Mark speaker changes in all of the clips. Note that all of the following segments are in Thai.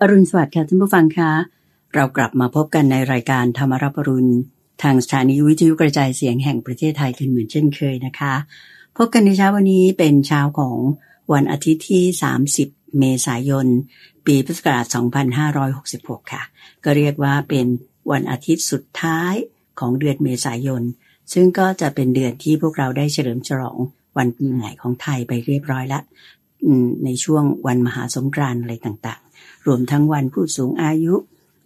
Speaker 1: อรุณสวัสดิ์ค่ะท่านผู้ฟังคะ เรากลับมาพบกันในรายการธรรมรับอรุณ ทางสถานีวิทยุกระจายเสียงแห่งประเทศไทยกันเหมือนเช่นเคยนะคะ พบกันในเช้าวันนี้เป็นเช้าของวันอาทิตย์ที่ 30 เมษายน ปีพุทธศักราช 2566 ค่ะ ก็เรียกว่าเป็นวันอาทิตย์สุดท้ายของเดือนเมษายน ซึ่งก็จะเป็นเดือนที่พวกเราได้เฉลิมฉลองวันปีใหม่ของไทยไปเรียบร้อยละอืมในช่วงวันมหาสงกรานต์อะไรต่างๆ รวมทั้งวันผู้สูงอายุ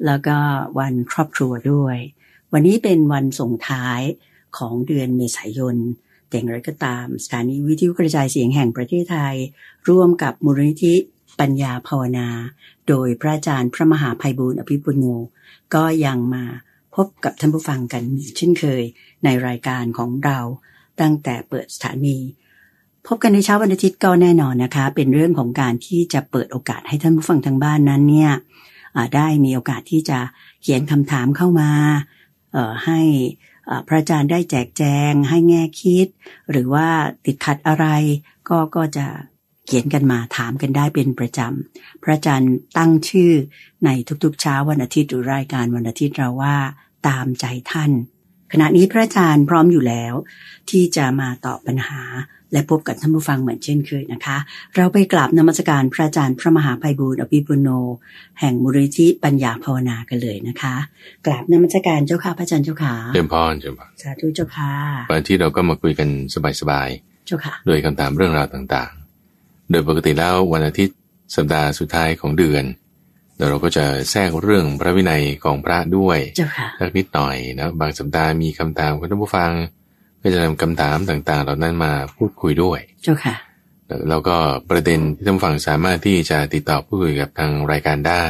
Speaker 1: แล้วก็วันครอบครัวด้วย วันนี้เป็นวันส่งท้ายของเดือนเมษายน แต่อย่างไรก็ตามสถานีวิทยุกระจายเสียงแห่งประเทศไทย ร่วมกับมูลนิธิปัญญาภาวนา โดยพระอาจารย์พระมหาภัยบูร์อภิปุณโญก็ยังมาพบกับท่านผู้ฟังกันเหมือนเช่นเคย ในรายการของเราตั้งแต่เปิดสถานี พบกันในเช้าวันอาทิตย์ก็แน่นอนนะคะ เป็นเรื่องของการที่จะเปิดโอกาสให้ท่านผู้ฟังทางบ้านนั้นเนี่ยอ่าได้มีโอกาสที่จะเขียนคำถามเข้ามาเอ่อให้อ่าพระอาจารย์ได้แจกแจง ให้แง่คิด หรือว่าติดขัดอะไร ก็ก็จะเขียนกันมาถามกันได้เป็นประจำพระอาจารย์ตั้งชื่อในทุกๆเช้าวันอาทิตย์หรือรายการวันอาทิตย์เราว่าตามใจท่าน ขณะนี้พระอาจารย์พร้อมอยู่แล้ว ที่จะมาตอบปัญหา และพบกับท่านผู้ฟังเหมือนเช่นเคยนะคะ เราไปกราบนมัสการพระอาจารย์พระมหาภัยบูร์อภิปุโน แห่งมูลนิธิปัญญาภาวนากันเลยนะคะ กราบนมัสการเจ้าค่ะพระอาจารย์เจ้าค่ะ
Speaker 2: เจริญพรเจริญพร
Speaker 1: สาธุเจ้าค่ะ
Speaker 2: วันที่เราก็มาคุยกันสบาย
Speaker 1: เจ้าค่ะ
Speaker 2: ๆ โดวยคำถามเรื่องราวต่างๆ โดยปกติแล้ววันอาทิตย์สัปดาห์สุดท้ายของเดือนเดี๋ยวเราก็จะแทรกเรื่องพระวินัยของพระด้วย
Speaker 1: เจ้าค่ะ
Speaker 2: สักนิดหน่อยนะบางสัปดาห์มีคำถามของท่านผู้ฟัง ก็จะนำคำถามต่างๆ เหล่านั้นมาพูดคุยด้วย
Speaker 1: เจ้าค่ะ
Speaker 2: แล้วก็ประเด็นที่ท่านผู้ฟังสามารถที่จะติดต่อพูดคุยกับทางรายการได้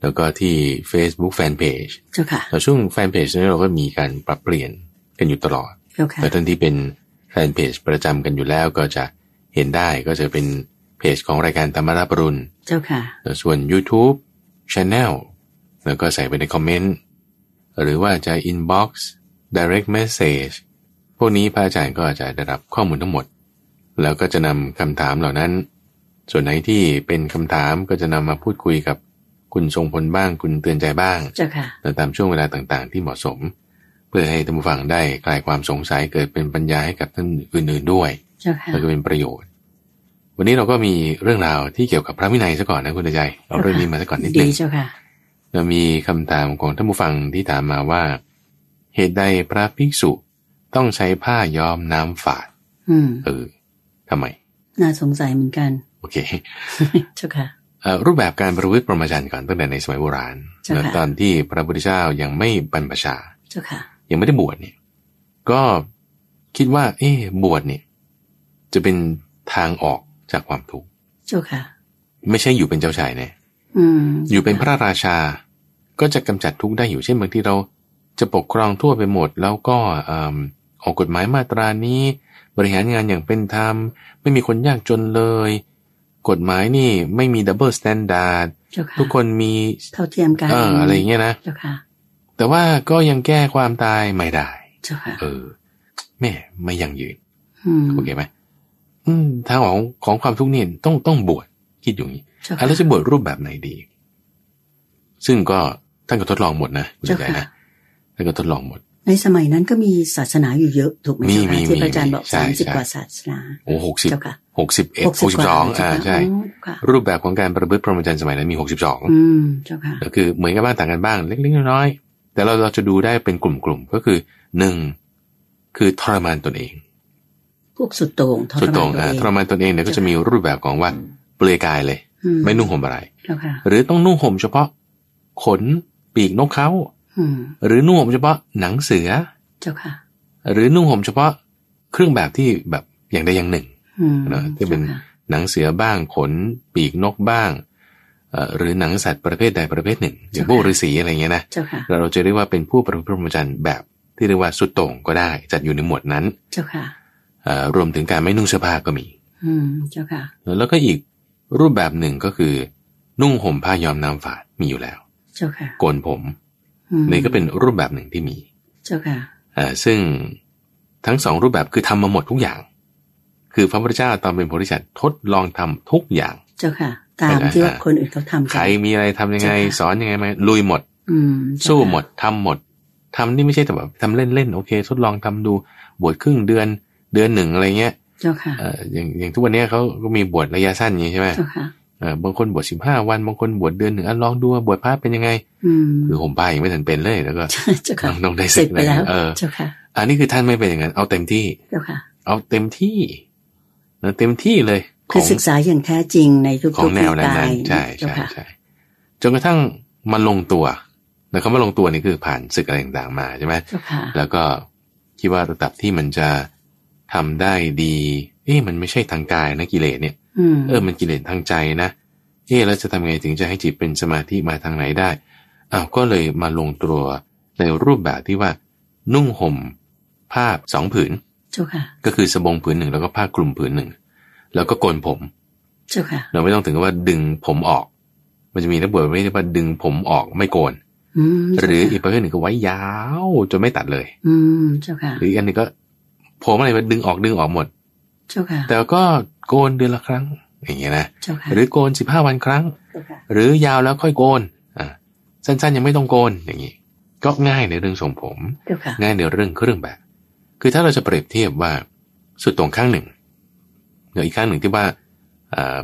Speaker 2: แล้วก็ที่ Facebook Fanpage
Speaker 1: เจ้าค่ะ
Speaker 2: แต่ช่วงแฟนเพจนี้เราก็มีการปรับเปลี่ยนกันอยู่ตลอด
Speaker 1: เจ้าค่ะ
Speaker 2: แล้วท่านที่เป็นแฟนเพจประจำกันอยู่แล้วก็จะเห็นได้ก็จะเป็นเพจของรายการธรรมราปรุณ
Speaker 1: เจ้าค่ะ
Speaker 2: แล้วส่วน YouTube Channel แล้วก็ใส่ไปในคอมเมนต์ หรือว่าจะ Inbox Direct Message พวกนี้พระอาจารย์ก็อาจจะได้รับข้อมูลทั้งหมด แล้วก็จะนำคำถามเหล่านั้น ส่วนไหนที่เป็นคำถามก็จะนำมาพูดคุยกับคุณทรงพลบ้าง คุณเตือนใจบ้าง
Speaker 1: เจ้าค่ะ
Speaker 2: และตามช่วงเวลาต่างๆ ที่เหมาะสม เพื่อให้ท่านผู้ฟังได้คลายความสงสัยเกิดเป็นปัญญาให้กับท่านอื่นๆด้วย
Speaker 1: เจ้าค่ะ
Speaker 2: แล้วก็เป็นประโยชน์ วันนี้เราก็มีเรื่องราวที่เกี่ยวกับพระวินัยซะก่อนนะคุณใจเอาเรื่องนี้มาซะก่อนนิดห
Speaker 1: ดี
Speaker 2: นึง
Speaker 1: เจ้าค่ะ
Speaker 2: เรามีคำถามของท่านผู้ฟังที่ถามมาว่า เหตุใดพระภิกษุต้องใช้ผ้าย้อมน้ำฝาด
Speaker 1: อืม
Speaker 2: เออทำไม
Speaker 1: น่าสงสัยเหมือนกัน
Speaker 2: โอเค
Speaker 1: เจ้าค่ะ
Speaker 2: เอ่อรูปแบบการประพฤติปรมาจารย์ก่อนตั้งแต่ในสมัยโบราณ
Speaker 1: เจ้าค่ะ
Speaker 2: และตอนที่พระพุทธเจ้ายังไม่บรรพชา
Speaker 1: เจ้าค่ะ
Speaker 2: ยังไม่ได้บวชเนี่ย ก็คิดว่า เอ๊ะบวชเนี่ย จะเป็นทางออกจากความทุกข์
Speaker 1: เจ้าค่ะ
Speaker 2: ไม่ใช่อยู่เป็นเจ้าชายเนี่ย
Speaker 1: อืม
Speaker 2: อยู่เป็นพระราชา ก็จะกำจัดทุกข์ได้อยู่ เช่นบางทีเราจะปกครองทั่วไปหมด แล้วก็เอิ่มออกกฎหมายมาตรานี้ บริหารงานอย่างเป็นธรรม ไม่มีคนยากจนเลย กฎหมายนี่ไม่มีดับเบิลสแตนดาร์ด
Speaker 1: เจ้าค่ะ
Speaker 2: ทุกคนมี
Speaker 1: เท่าเทียมกัน
Speaker 2: เอออะไรอย่างเงี้ยนะ
Speaker 1: เจ้าค่ะ
Speaker 2: แต่ว่าก็ยังแก้ความตายไม่ได้
Speaker 1: เจ้าค่ะ
Speaker 2: เออแม่ไม่ยั่งยืน
Speaker 1: อืม
Speaker 2: โอเคไหมอืมทางของของความทุกข์นี่ต้องต้องบวชคิดอย่างนี้
Speaker 1: เจ้า
Speaker 2: อ่ะ
Speaker 1: ค่ะ
Speaker 2: แล้วจะบวชรูปแบบไหนดี ซึ่งก็ท่านก็ทดลองหมดนะคุณ
Speaker 1: เจ้า
Speaker 2: ใจ
Speaker 1: ค่ะ
Speaker 2: นะท่านก็ทดลองหมด
Speaker 1: ในสมัยนั้นก็มีศาสนาอยู่เยอะถูกไหม
Speaker 2: มี
Speaker 1: เจ้าค่ะ
Speaker 2: มี
Speaker 1: ที่
Speaker 2: มี
Speaker 1: พระอาจารย์บอก
Speaker 2: ใช่
Speaker 1: สามสิบ
Speaker 2: ใช่
Speaker 1: กว่าศาสนา
Speaker 2: โอ้หกสิบ
Speaker 1: เจ้าค่ะ
Speaker 2: หกสิบเอ็
Speaker 1: 60
Speaker 2: ดหกสิบสอง
Speaker 1: กว่
Speaker 2: อ่าใช่
Speaker 1: ค่ะ
Speaker 2: รูปแบบของการประพฤติพรหมจรรย์สมัยนั้นมีหกสิบสอง
Speaker 1: อืมเจ้าค่ะ
Speaker 2: ก็คือเหมือนกันบ้างต่างกันบ้างเล็กๆน้อยๆแต่เราเราจะดูได้เป็นกลุ่มๆก็คือหนึ่งคือทรมานตนเอง
Speaker 1: พวกสุดโต่งทร
Speaker 2: สุด
Speaker 1: มา
Speaker 2: โต่
Speaker 1: น
Speaker 2: ง
Speaker 1: ตัว
Speaker 2: อ่า
Speaker 1: เอง
Speaker 2: ทรมานตนเองเนี่ยก็จะมีรูปแบบของว่าเปลือยกายเลย
Speaker 1: อื
Speaker 2: ไม่นุ่งห่มอะไร
Speaker 1: เจ้าค่ะ
Speaker 2: หรือต้องนุ่งห่มเฉพาะ ขนปีกนกเขา
Speaker 1: อืม
Speaker 2: หรือนุ่งห่มเฉพาะหนังเสือ
Speaker 1: เจ้าค่ะ
Speaker 2: หรือนุ่งห่มเฉพาะเครื่องแบบที่แบบอย่างใดอย่างหนึ่ง
Speaker 1: อืม
Speaker 2: เนอะที่เป็น
Speaker 1: จ้าค่ะ
Speaker 2: หนังเสือบ้างขนปีกนกบ้างเอ่อหรือหนังสัตว์ประเภทใดประเภทหนึ่งอย่างพวกฤาษีอะไรเงี้ยนะ
Speaker 1: เจ้าค่ะ
Speaker 2: เราจะเรียกว่าเป็นผู้ประพฤติพรหมจรรย์แบบที่เรียกว่าสุดโต่งก็ได้จัดอยู่ในหมวดนั้น
Speaker 1: เจ้าค่ะ
Speaker 2: เอ่อรวมถึงการไม่นุ่งเสื้อผ้าก็มี
Speaker 1: อืมเจ้าค่ะ
Speaker 2: แล้วก็อีกรูปแบบหนึ่งก็คือ นุ่งห่มผ้าย้อมน้ำฝาดมีอยู่แล้ว
Speaker 1: เจ้าค่ะ
Speaker 2: โกนผม
Speaker 1: อืม
Speaker 2: นี่ก็เป็นรูปแบบหนึ่งที่มี
Speaker 1: เจ้าค่ะ
Speaker 2: อ่าซึ่งทั้งสองรูปแบบคือทำมาหมดทุกอย่าง คือพระพุทธเจ้าตอนเป็นโพธิสัตว์ทดลองทำทุกอย่าง
Speaker 1: เจ้าค่ะ ตาม
Speaker 2: อ่า
Speaker 1: ที่ว่า
Speaker 2: อ่า
Speaker 1: คนอื่นเขาทำ
Speaker 2: ใค
Speaker 1: กั
Speaker 2: ร
Speaker 1: น
Speaker 2: มีอะไรทำยังไง
Speaker 1: เจ้าค่ะ
Speaker 2: สอนยังไงมาลุยหมด
Speaker 1: อืมเจ้า
Speaker 2: สู้
Speaker 1: ค่ะ
Speaker 2: หมดทำหมดทำนี่ไม่ใช่แต่แบบทำเล่นๆโอเค ทดลองทำดูบวชครึ่งเดือนเดือนหนึ่งอะไรเงี้ย
Speaker 1: เจ้าค่ะ
Speaker 2: เอ่ออย่างอย่างทุกวันเนี้ยเขาก็มีบวชระยะสั้นอย่างนี้ใช่ไหม
Speaker 1: เจ้าค่ะ
Speaker 2: เอ่อบางคนบวชสิบห้าวันบางคนบวชเดือนหนึ่งอ่ะลองดูว่าบวชพระเป็นยังไง
Speaker 1: อืม
Speaker 2: คือผมไปยังไม่ทันเป็นเลยแล้วก็
Speaker 1: เจ้าค่ะ
Speaker 2: น้องได้
Speaker 1: เสร็
Speaker 2: สิ
Speaker 1: จ
Speaker 2: ท
Speaker 1: ไป
Speaker 2: เลย
Speaker 1: แล้ว
Speaker 2: เออ
Speaker 1: เจ้าค่ะ
Speaker 2: อันนี้คือท่านไม่เป็นอย่างนั้นเอาเต็มที่
Speaker 1: เจ้าค่ะ
Speaker 2: เอาเต็มที่นะเต็มที่เลยข
Speaker 1: คือ
Speaker 2: อง
Speaker 1: ศึกษาอย่างแท้จริงในทุกๆ
Speaker 2: ของแนวนั้
Speaker 1: กาน ย
Speaker 2: ๆใช่
Speaker 1: เจ้า
Speaker 2: ใช่
Speaker 1: ค่ะ
Speaker 2: ใช่จนกระทั่งมันลงตัวแต่คำว่าลงตัวนี่คือผ่านศึกอะไรต่างๆมาใช่ไหม
Speaker 1: เจ้าค่ะ
Speaker 2: แล้วก็คิดว่าระดับที่มันจะทำได้ดี เอ๊ะมันไม่ใช่ทางกายนะกิเลสเนี่ย
Speaker 1: อืม
Speaker 2: เออ มันกิเลสทางใจนะ เอ๊ะแล้วจะทำไงถึงจะให้จิตเป็นสมาธิมาทางไหนได้ อ้าวก็เลยมาลงตัวในรูปแบบที่ว่า นุ่งห่มผ้าสองผืน
Speaker 1: เจ้าค่ะ
Speaker 2: ก็คือสบงผืนหนึ่งแล้วก็ผ้าคลุมผืนหนึ่ง แล้วก็โกนผม
Speaker 1: เจ้าค่ะ
Speaker 2: เราไม่ต้องถึงกับว่าดึงผมออก มันจะมีนักบวชไม่ได้ว่าดึงผมออกไม่โกน
Speaker 1: อืม
Speaker 2: หรือ
Speaker 1: เจ้า
Speaker 2: อี
Speaker 1: ค่ะ
Speaker 2: กประเภทหนึ่งก็ไว้ยาวจนไม่ตัดเลย
Speaker 1: อืมเจ้าค่ะ
Speaker 2: หรืออีกอันหนึงก็ผมอะไรมันดึงออกดึงออกหมด
Speaker 1: เจ้าค่ะ
Speaker 2: แต่ก็โกนเดือนละครั้ง อย่างเงี้ยนะ
Speaker 1: เจ้าค่ะ
Speaker 2: หรือโกนสิบห้าวันครั้ง
Speaker 1: เจ้าค่ะ
Speaker 2: หรือยาวแล้วค่อยโกนอ่าสั้นๆยังไม่ต้องโกนอย่างงี้ก็ง่ายในเรื่องทรงผม
Speaker 1: เจ้าค่ะ
Speaker 2: ง่ายในเรื่องเครื่องแบบ คือถ้าเราจะเปรียบเทียบว่าสุดตรงข้างหนึ่งเดี๋ยวอีกข้างหนึ่งที่ว่าอ่า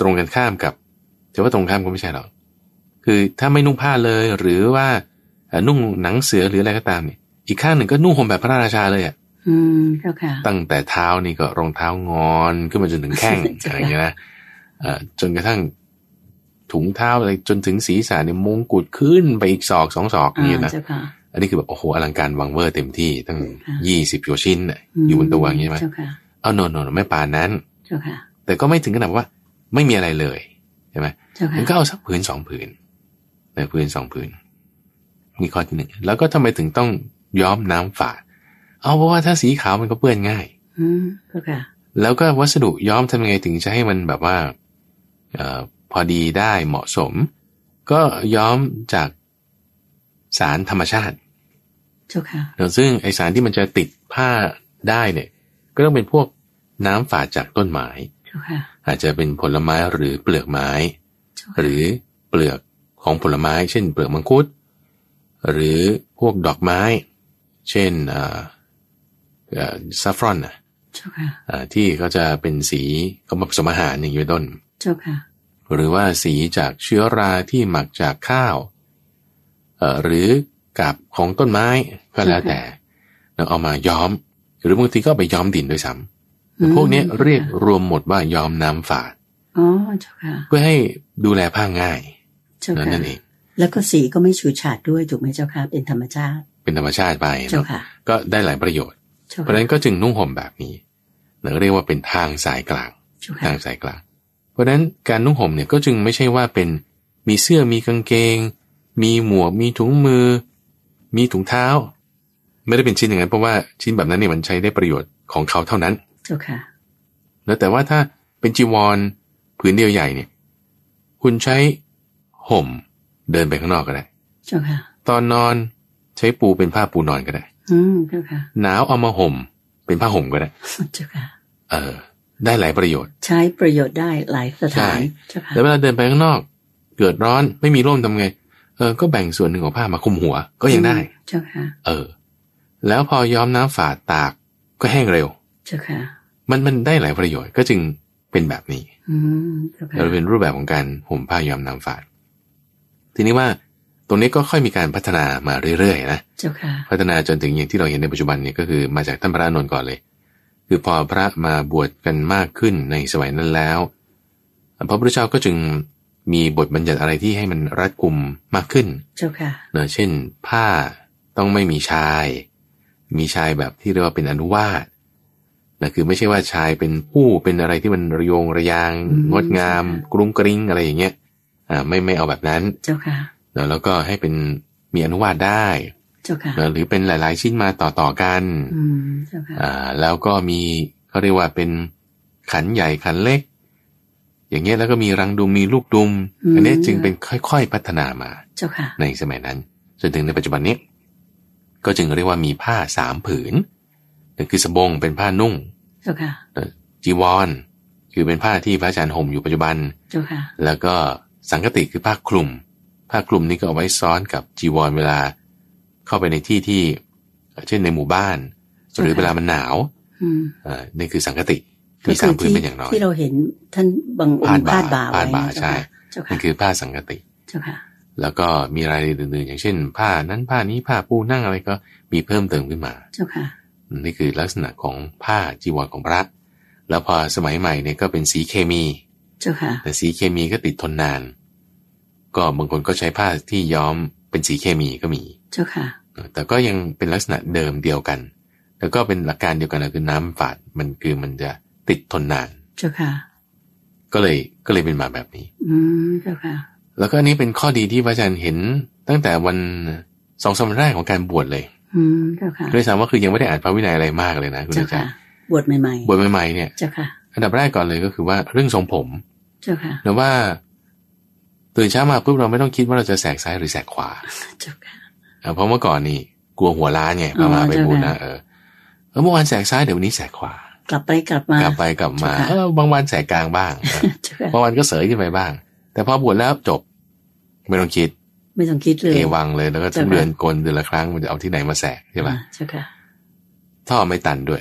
Speaker 2: ตรงกันข้ามกับแต่ว่าตรงข้ามก็ไม่ใช่หรอกคือถ้าไม่นุ่งผ้าเลยหรือว่าเอ่อนุ่งหนังเสือหรืออะไรก็ตามเนี่ยอีกข้างหนึ่งก็นุ่งห่มแบบพระราชาเลยอะ
Speaker 1: อืมเจ้าค่ะ
Speaker 2: ตั้งแต่เท้านี่ก็รองเท้างอนขึ้นมาจนถึงแข้ง
Speaker 1: ใช่
Speaker 2: อะไรอย่างเงี้ยนะเอ่อจนกระทั่งถุงเท้าอะไรจนถึงศีรษะเนี่ยมงกุฎขึ้นไปอีกศอกสองศอก
Speaker 1: อ่า
Speaker 2: นี่นะ
Speaker 1: เจ้าค่ะ
Speaker 2: อันนี้คือแบบโอ้โหอลังการวังเวอร์เต็มที่ตั้ง
Speaker 1: ค่ะ
Speaker 2: ยี่สิบตัวชิ้นน่ะ
Speaker 1: ม
Speaker 2: อยู่บนตัวอย่างงี้ใช่ไหม
Speaker 1: เจ้าค่ะ
Speaker 2: เอาโนโนไม่ปานนั้น
Speaker 1: เจ้าค่ะ
Speaker 2: แต่ก็ไม่ถึงขนาดว่าไม่มีอะไรเลยใช่ไหม
Speaker 1: เจ้า
Speaker 2: มั
Speaker 1: ค่ะ
Speaker 2: นก็เอาสักผืนสองผืนแต่ผืนสองผืนนี่ข้อที่หนึ่งแล้วก็ทำไมถึงต้องย้อมน้ำฝาดเอาเพราะว่าถ้าสีขาวมันก็เปื้อนง่าย
Speaker 1: อืมเจ้าค่ะ
Speaker 2: แล้วก็วัสดุย้อมทำยังไงถึงจะให้มันแบบว่าเออพอดีได้เหมาะสม ก็ย้อมจากสารธรรมชาติ
Speaker 1: เจ้าค่ะ
Speaker 2: แล้วซึ่งไอสารที่มันจะติดผ้าได้เนี่ย ก็ต้องเป็นพวกน้ำฝาดจากต้นไม้
Speaker 1: เจ้าค่ะ
Speaker 2: อาจจะเป็นผลไม้หรือเปลือกไม้
Speaker 1: เจ้า
Speaker 2: ห
Speaker 1: ค่ะ
Speaker 2: รือเปลือกของผลไม้ เช่น เปลือกมังคุด หรือพวกดอกไม้ เช่นซาฟรอนนะ
Speaker 1: เจ้าค่ะ
Speaker 2: อ่าที่ก็จะเป็นสีเขามาผสมอาหารอย่างนี้เป็นต้น
Speaker 1: เจ้าค่ะ
Speaker 2: หรือว่าสีจากเชื้อราที่หมักจากข้าวเอ่อหรือกาบของต้นไม้ก็แล้วแต่เราเอามาย้อม หรือบางทีก็เอาไปย้อมดินด้วยซ้ำแต่พวกเนี้ย
Speaker 1: อืม
Speaker 2: เรียกรวมหมดว่าย้อมน้ำฝาด
Speaker 1: อ๋อ เจ้าค่ะ
Speaker 2: เพื่อให้ดูแลผ้าง่าย
Speaker 1: เจ้าค่ะ
Speaker 2: นั่นเอง
Speaker 1: แล้วก็สีก็ไม่ฉูดฉาดด้วยถูกไหมเจ้าค่ะ เป็นธรรมชาติ
Speaker 2: เป็นธรรมชาติไป
Speaker 1: เจ้า
Speaker 2: เนาะ
Speaker 1: ค่ะ
Speaker 2: ก็ได้หลายประโยชน์
Speaker 1: เจ้า
Speaker 2: เพราะฉะ
Speaker 1: ค่ะ
Speaker 2: นั้นก็จึงนุ่งห่มแบบนี้เราเรียกว่าเป็นทางสายกลาง
Speaker 1: เจ้า
Speaker 2: ทา
Speaker 1: ค่ะ
Speaker 2: งสายกลาง เพราะฉะนั้นการนุ่งห่มเนี่ยก็จึงไม่ใช่ว่าเป็นมีเสื้อมีกางเกง มีหมวกมีถุงมือ มีถุงเท้า ไม่ได้เป็นชิ้นอย่างนั้นเพราะว่าชิ้นแบบนั้นเนี่ยมันใช้ได้ประโยชน์ของเขาเท่านั้น
Speaker 1: เจ้าค่ะ
Speaker 2: แล้วแต่ว่าถ้าเป็นจีวรผืนเดียวใหญ่เนี่ย คุณใช้ห่มเดินไปข้างนอกก็ได้
Speaker 1: เจ้าค่ะ
Speaker 2: ตอนนอนใช้ปูเป็นผ้าปูนอนก็ได้
Speaker 1: อืมเจ้าค่ะ
Speaker 2: หนาวเอามาห่ม เป็นผ้าห่มก็ได้
Speaker 1: เจ้าค่ะ
Speaker 2: เออ ได้หลายประโยชน์
Speaker 1: ใช้ประโยชน์ได้หลายสถาน
Speaker 2: ใช่
Speaker 1: เจ้าค่ะ
Speaker 2: แล้วเวลาเดินไปข้างนอก เกิดร้อนไม่มีร่มทำไง เออ ก็แบ่งส่วนหนึ่งของผ้ามาคลุมหัว ก็ยังได้
Speaker 1: เจ้าค่ะ
Speaker 2: เออ แล้วพอย้อมน้ำฝาดตากก็แห้งเร็ว
Speaker 1: เจ้าค่ะ
Speaker 2: มันมันได้หลายประโยชน์ก็จึงเป็นแบบนี้
Speaker 1: อืมเจ้าค่ะ
Speaker 2: เราเป็นรูปแบบของการห่มผ้าย้อมน้ำฝาด ทีนี้ว่าตรงนี้ก็ค่อยมีการพัฒนามาเรื่อยๆนะ
Speaker 1: เจ้าค่ะ
Speaker 2: พัฒนาจนถึงอย่างที่เราเห็นในปัจจุบันเนี่ยก็คือมาจากท่านพระอานนท์ก่อนเลย คือพอพระมาบวชกันมากขึ้นในสมัยนั้นแล้ว พระพุทธเจ้าก็จึงมีบทบัญญัติอะไรที่ให้มันรัดกุมมากขึ้น
Speaker 1: เจ้าค่ะ
Speaker 2: เนอะเช่น ผ้าต้องไม่มีชาย มีชายแบบที่เรียกว่าเป็นอนุวาสนะคือไม่ใช่ว่าชายเป็นผู้เป็นอะไรที่มันระโยงระยาง
Speaker 1: อืม
Speaker 2: งดงาม กรุ้งกริ้งอะไรอย่างเงี้ยอ่าไม่ไม่เอาแบบนั้น
Speaker 1: เจ้าค่ะ
Speaker 2: เนอะแล้วก็ให้เป็นมีอนุวาสได้
Speaker 1: เจ้าค่ะ
Speaker 2: เอ่อหรือเป็นหลายๆชิ้นมาต่อๆกัน
Speaker 1: อืมเจ้าค่ะ
Speaker 2: อ่า แล้วก็มีเขาเรียกว่าเป็นขันใหญ่ขันเล็ก อย่างเงี้ยแล้วก็มีรังดุมมีลูกดุม
Speaker 1: อืม
Speaker 2: อันเนี้ยจึงเป็นค่อยๆพัฒนามา
Speaker 1: เจ้าค่ะ
Speaker 2: ในสมัยนั้น จนถึงในปัจจุบันนี้ ก็จึงเรียกว่ามีผ้าสามผืนนั่นคือสบงเป็นผ้านุ่ง
Speaker 1: เจ้าค่ะ
Speaker 2: จีวร คือเป็นผ้าที่พระอาจารย์ห่มอยู่ปัจจุบัน
Speaker 1: เจ้าค่ะ
Speaker 2: แล้วก็สังกติคือผ้าคลุม ผ้าคลุมนี่ก็เอาไว้ซ้อนกับจีวรเวลา เข้าไปในที่ที่เอ่อเช่นในหมู่บ้าน
Speaker 1: ใช่ค่ะ
Speaker 2: หรือเวลามันหนาว
Speaker 1: อืม
Speaker 2: เอ่อนี่คือสังกติมีสามพื้น
Speaker 1: ที่
Speaker 2: เป็นอย่างน้อย
Speaker 1: ที่เราเห็นท่านบางองค์พา
Speaker 2: พา
Speaker 1: ด
Speaker 2: ด
Speaker 1: บ่าไว้
Speaker 2: บ่าพาดบ่า
Speaker 1: นะ
Speaker 2: ใช่
Speaker 1: เจ้าค่ะ
Speaker 2: นี่คือผ้าสังกติ
Speaker 1: เจ้าค่ะ
Speaker 2: แล้วก็มีรายละเอียดอื่นๆอย่างเช่น ผ้านั้นผ้านี้ผ้าปูนั่งอะไรก็มีเพิ่มเติมขึ้นมา
Speaker 1: เจ้าค่ะ
Speaker 2: นี่คือลักษณะของผ้าจีวรของพระ แล้วพอสมัยใหม่เนี่ยก็เป็นสีเคมี
Speaker 1: เจ้าค่ะ
Speaker 2: แต่สีเคมีก็ติดทนนาน ก็บางคนก็ใช้ผ้าที่ย้อมเป็นสีเคมีก็มี
Speaker 1: เจ้าค่ะ
Speaker 2: แต่ก็ยังเป็นลักษณะเดิมเดียวกัน แล้วก็เป็นหลักการเดียวกันนะคือน้ำฝาดมันคือมันจะติดทนนาน
Speaker 1: เจ้าค่ะ
Speaker 2: ก็เลยก็เลยเป็นมาแบบนี้
Speaker 1: อืมเจ้าค่ะ
Speaker 2: แล้วก็อันนี้เป็นข้อดีที่พระอาจารย์เห็นตั้งแต่วันสองสามวันแรกของการบวชเลย
Speaker 1: อืมเจ้าค่ะ
Speaker 2: ด้วยซ้ำว่าคือยังไม่ได้อ่านพระวินัยอะไรมากเลยนะคุณ
Speaker 1: เจ้า
Speaker 2: อาจา
Speaker 1: ค่ะ
Speaker 2: รย์
Speaker 1: บวชใหม่
Speaker 2: บวชใหม่ๆเนี่ย
Speaker 1: ๆ เจ้าค่ะ
Speaker 2: อันดับแรกก่อนเลยก็คือว่าเรื่องทรงผม
Speaker 1: เจ้าค่ะ
Speaker 2: หรือว่าตื่นเช้ามาปุ๊บเราไม่ต้องคิดว่าเราจะแสกซ้ายหรือแสกขวา
Speaker 1: เจ้าค่ะ
Speaker 2: เออเพราะเมื่อก่อนนี่กลัวหัวล้านไงประมาณ
Speaker 1: อ๋อ
Speaker 2: ไป
Speaker 1: ใช่ไหม
Speaker 2: บูรณะเออเออเมื่อวานแสกซ้ายเดี๋ยววันนี้แสกขวาก
Speaker 1: ลับไปกลับมา
Speaker 2: กลับไปกลับมา
Speaker 1: ใช่ค่ะ
Speaker 2: เออบางวันแสกกลางบ้าง เออ
Speaker 1: เจ้าค่ะ
Speaker 2: บางวันก็เสยขึ้นไปบ้าง แต่พอบวชแล้วจบ ไม่ต้องคิด
Speaker 1: ไม่ต้องคิดเลย
Speaker 2: เอวังเลยแล้วก็
Speaker 1: ใช่
Speaker 2: ทุก
Speaker 1: ค่ะ
Speaker 2: เดือนกลเดือนละครั้งมันจะเอาที่ไหนมาแสกใช่ไหม
Speaker 1: อ่าเจ้าค่ะ
Speaker 2: ท่อไม่ตันด้วย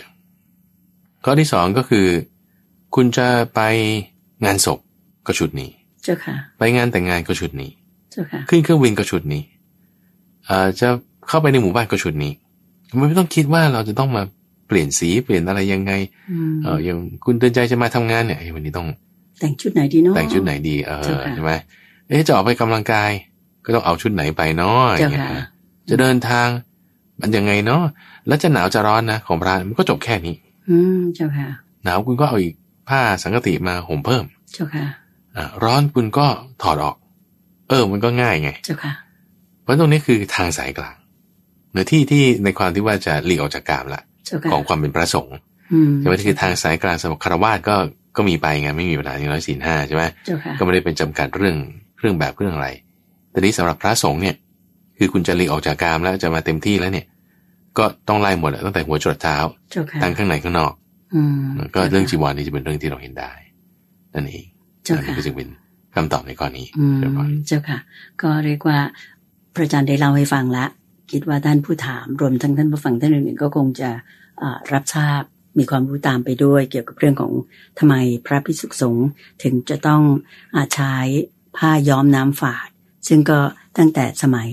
Speaker 2: ข้อที่สองก็คือ คุณจะไปงานศพก็ชุดนี้
Speaker 1: เจ้าค่ะ
Speaker 2: ไปงานแต่งงานก็ชุดนี้
Speaker 1: เจ้าค่ะ
Speaker 2: ขึ้นเครื่องบินก็ชุดนี้เอ่อจะเข้าไปในหมู่บ้านก็ชุดนี้มันไม่ต้องคิดว่าเราจะต้องมาเปลี่ยนสีเปลี่ยนอะไรยังไง
Speaker 1: อืม
Speaker 2: เอออย่างคุณเตือนใจจะมาทำงานเนี่ยเอ้ยวันนี้ต้อง
Speaker 1: แต่งชุดไหนดีเนาะ
Speaker 2: แต่งชุดไหนดีเออ
Speaker 1: เจ้าค่ะ
Speaker 2: ใช่ไหมเอ๊ะจะออกไปกำลังกาย ก็ต้องเอาชุดไหนไปเนาะอ
Speaker 1: เจ้า
Speaker 2: ย่างเงี้ย
Speaker 1: ค่ะ
Speaker 2: นะจะเดินทาง มันยังไงเนาะแล้วจะหนาวจะร้อนนะของพระมันก็จบแค่นี้
Speaker 1: อืมเจ้าค่ะ
Speaker 2: หนาวคุณก็เอาอีกผ้าสังกติมาห่มเพิ่ม
Speaker 1: เจ้าค่ะ
Speaker 2: อ่ะร้อนคุณก็ถอดออก เออมันก็ง่ายไง
Speaker 1: เจ้าค่ะ
Speaker 2: เพราะตรงนี้คือทางสายกลางเนื้อที่ที่ในความที่ว่าจะหลีกออกจากกามละ
Speaker 1: เจ้าค่ะ
Speaker 2: ของความเป็นพระสงฆ์
Speaker 1: อืม
Speaker 2: ใช่ไหมคือทางสายกลางสำหรับคารวาสก็ก็มีไปไงไม่มีปัญหาอย่างน้อยสี่ห้าใช่ไหม
Speaker 1: เจ้าค่ะ
Speaker 2: ก็ไม่ได้เป็นจำกัดเรื่องเรื่องแบบเรื่องอะไร แต่นี้สำหรับพระสงฆ์เนี่ย คือคุณจะหลีกออกจากกามแล้วจะมาเต็มที่แล้วเนี่ย ก็ต้องไล่หมดอะตั้งแต่หัวจรดเท้า
Speaker 1: เจ้าค่ะ
Speaker 2: ทั้งข้างในข้างนอก
Speaker 1: อืม
Speaker 2: ก็เรื่องจีวรนี่จะเป็นเรื่องที่เราเห็นได้ นั่นเอง
Speaker 1: เจ้า
Speaker 2: อันนี้
Speaker 1: ค่ะ
Speaker 2: ก็จึงเป็นคำตอบในข้อนี้
Speaker 1: อืม
Speaker 2: เรียบร้อย
Speaker 1: เจ้าค่ะ ก็เรียกว่าพระอาจารย์ได้เล่าให้ฟังละคิดว่าท่านผู้ถามรวมทั้งท่านผู้ฟังท่านอื่นๆก็คงจะอ่ารับทราบมีความรู้ตามไปด้วย เกี่ยวกับเรื่องของทำไมพระพิสุสงฆ์ถึงจะต้องอาใช้ผ้าย้อมน้ำฝาด ซึ่งก็ตั้งแต่สมัย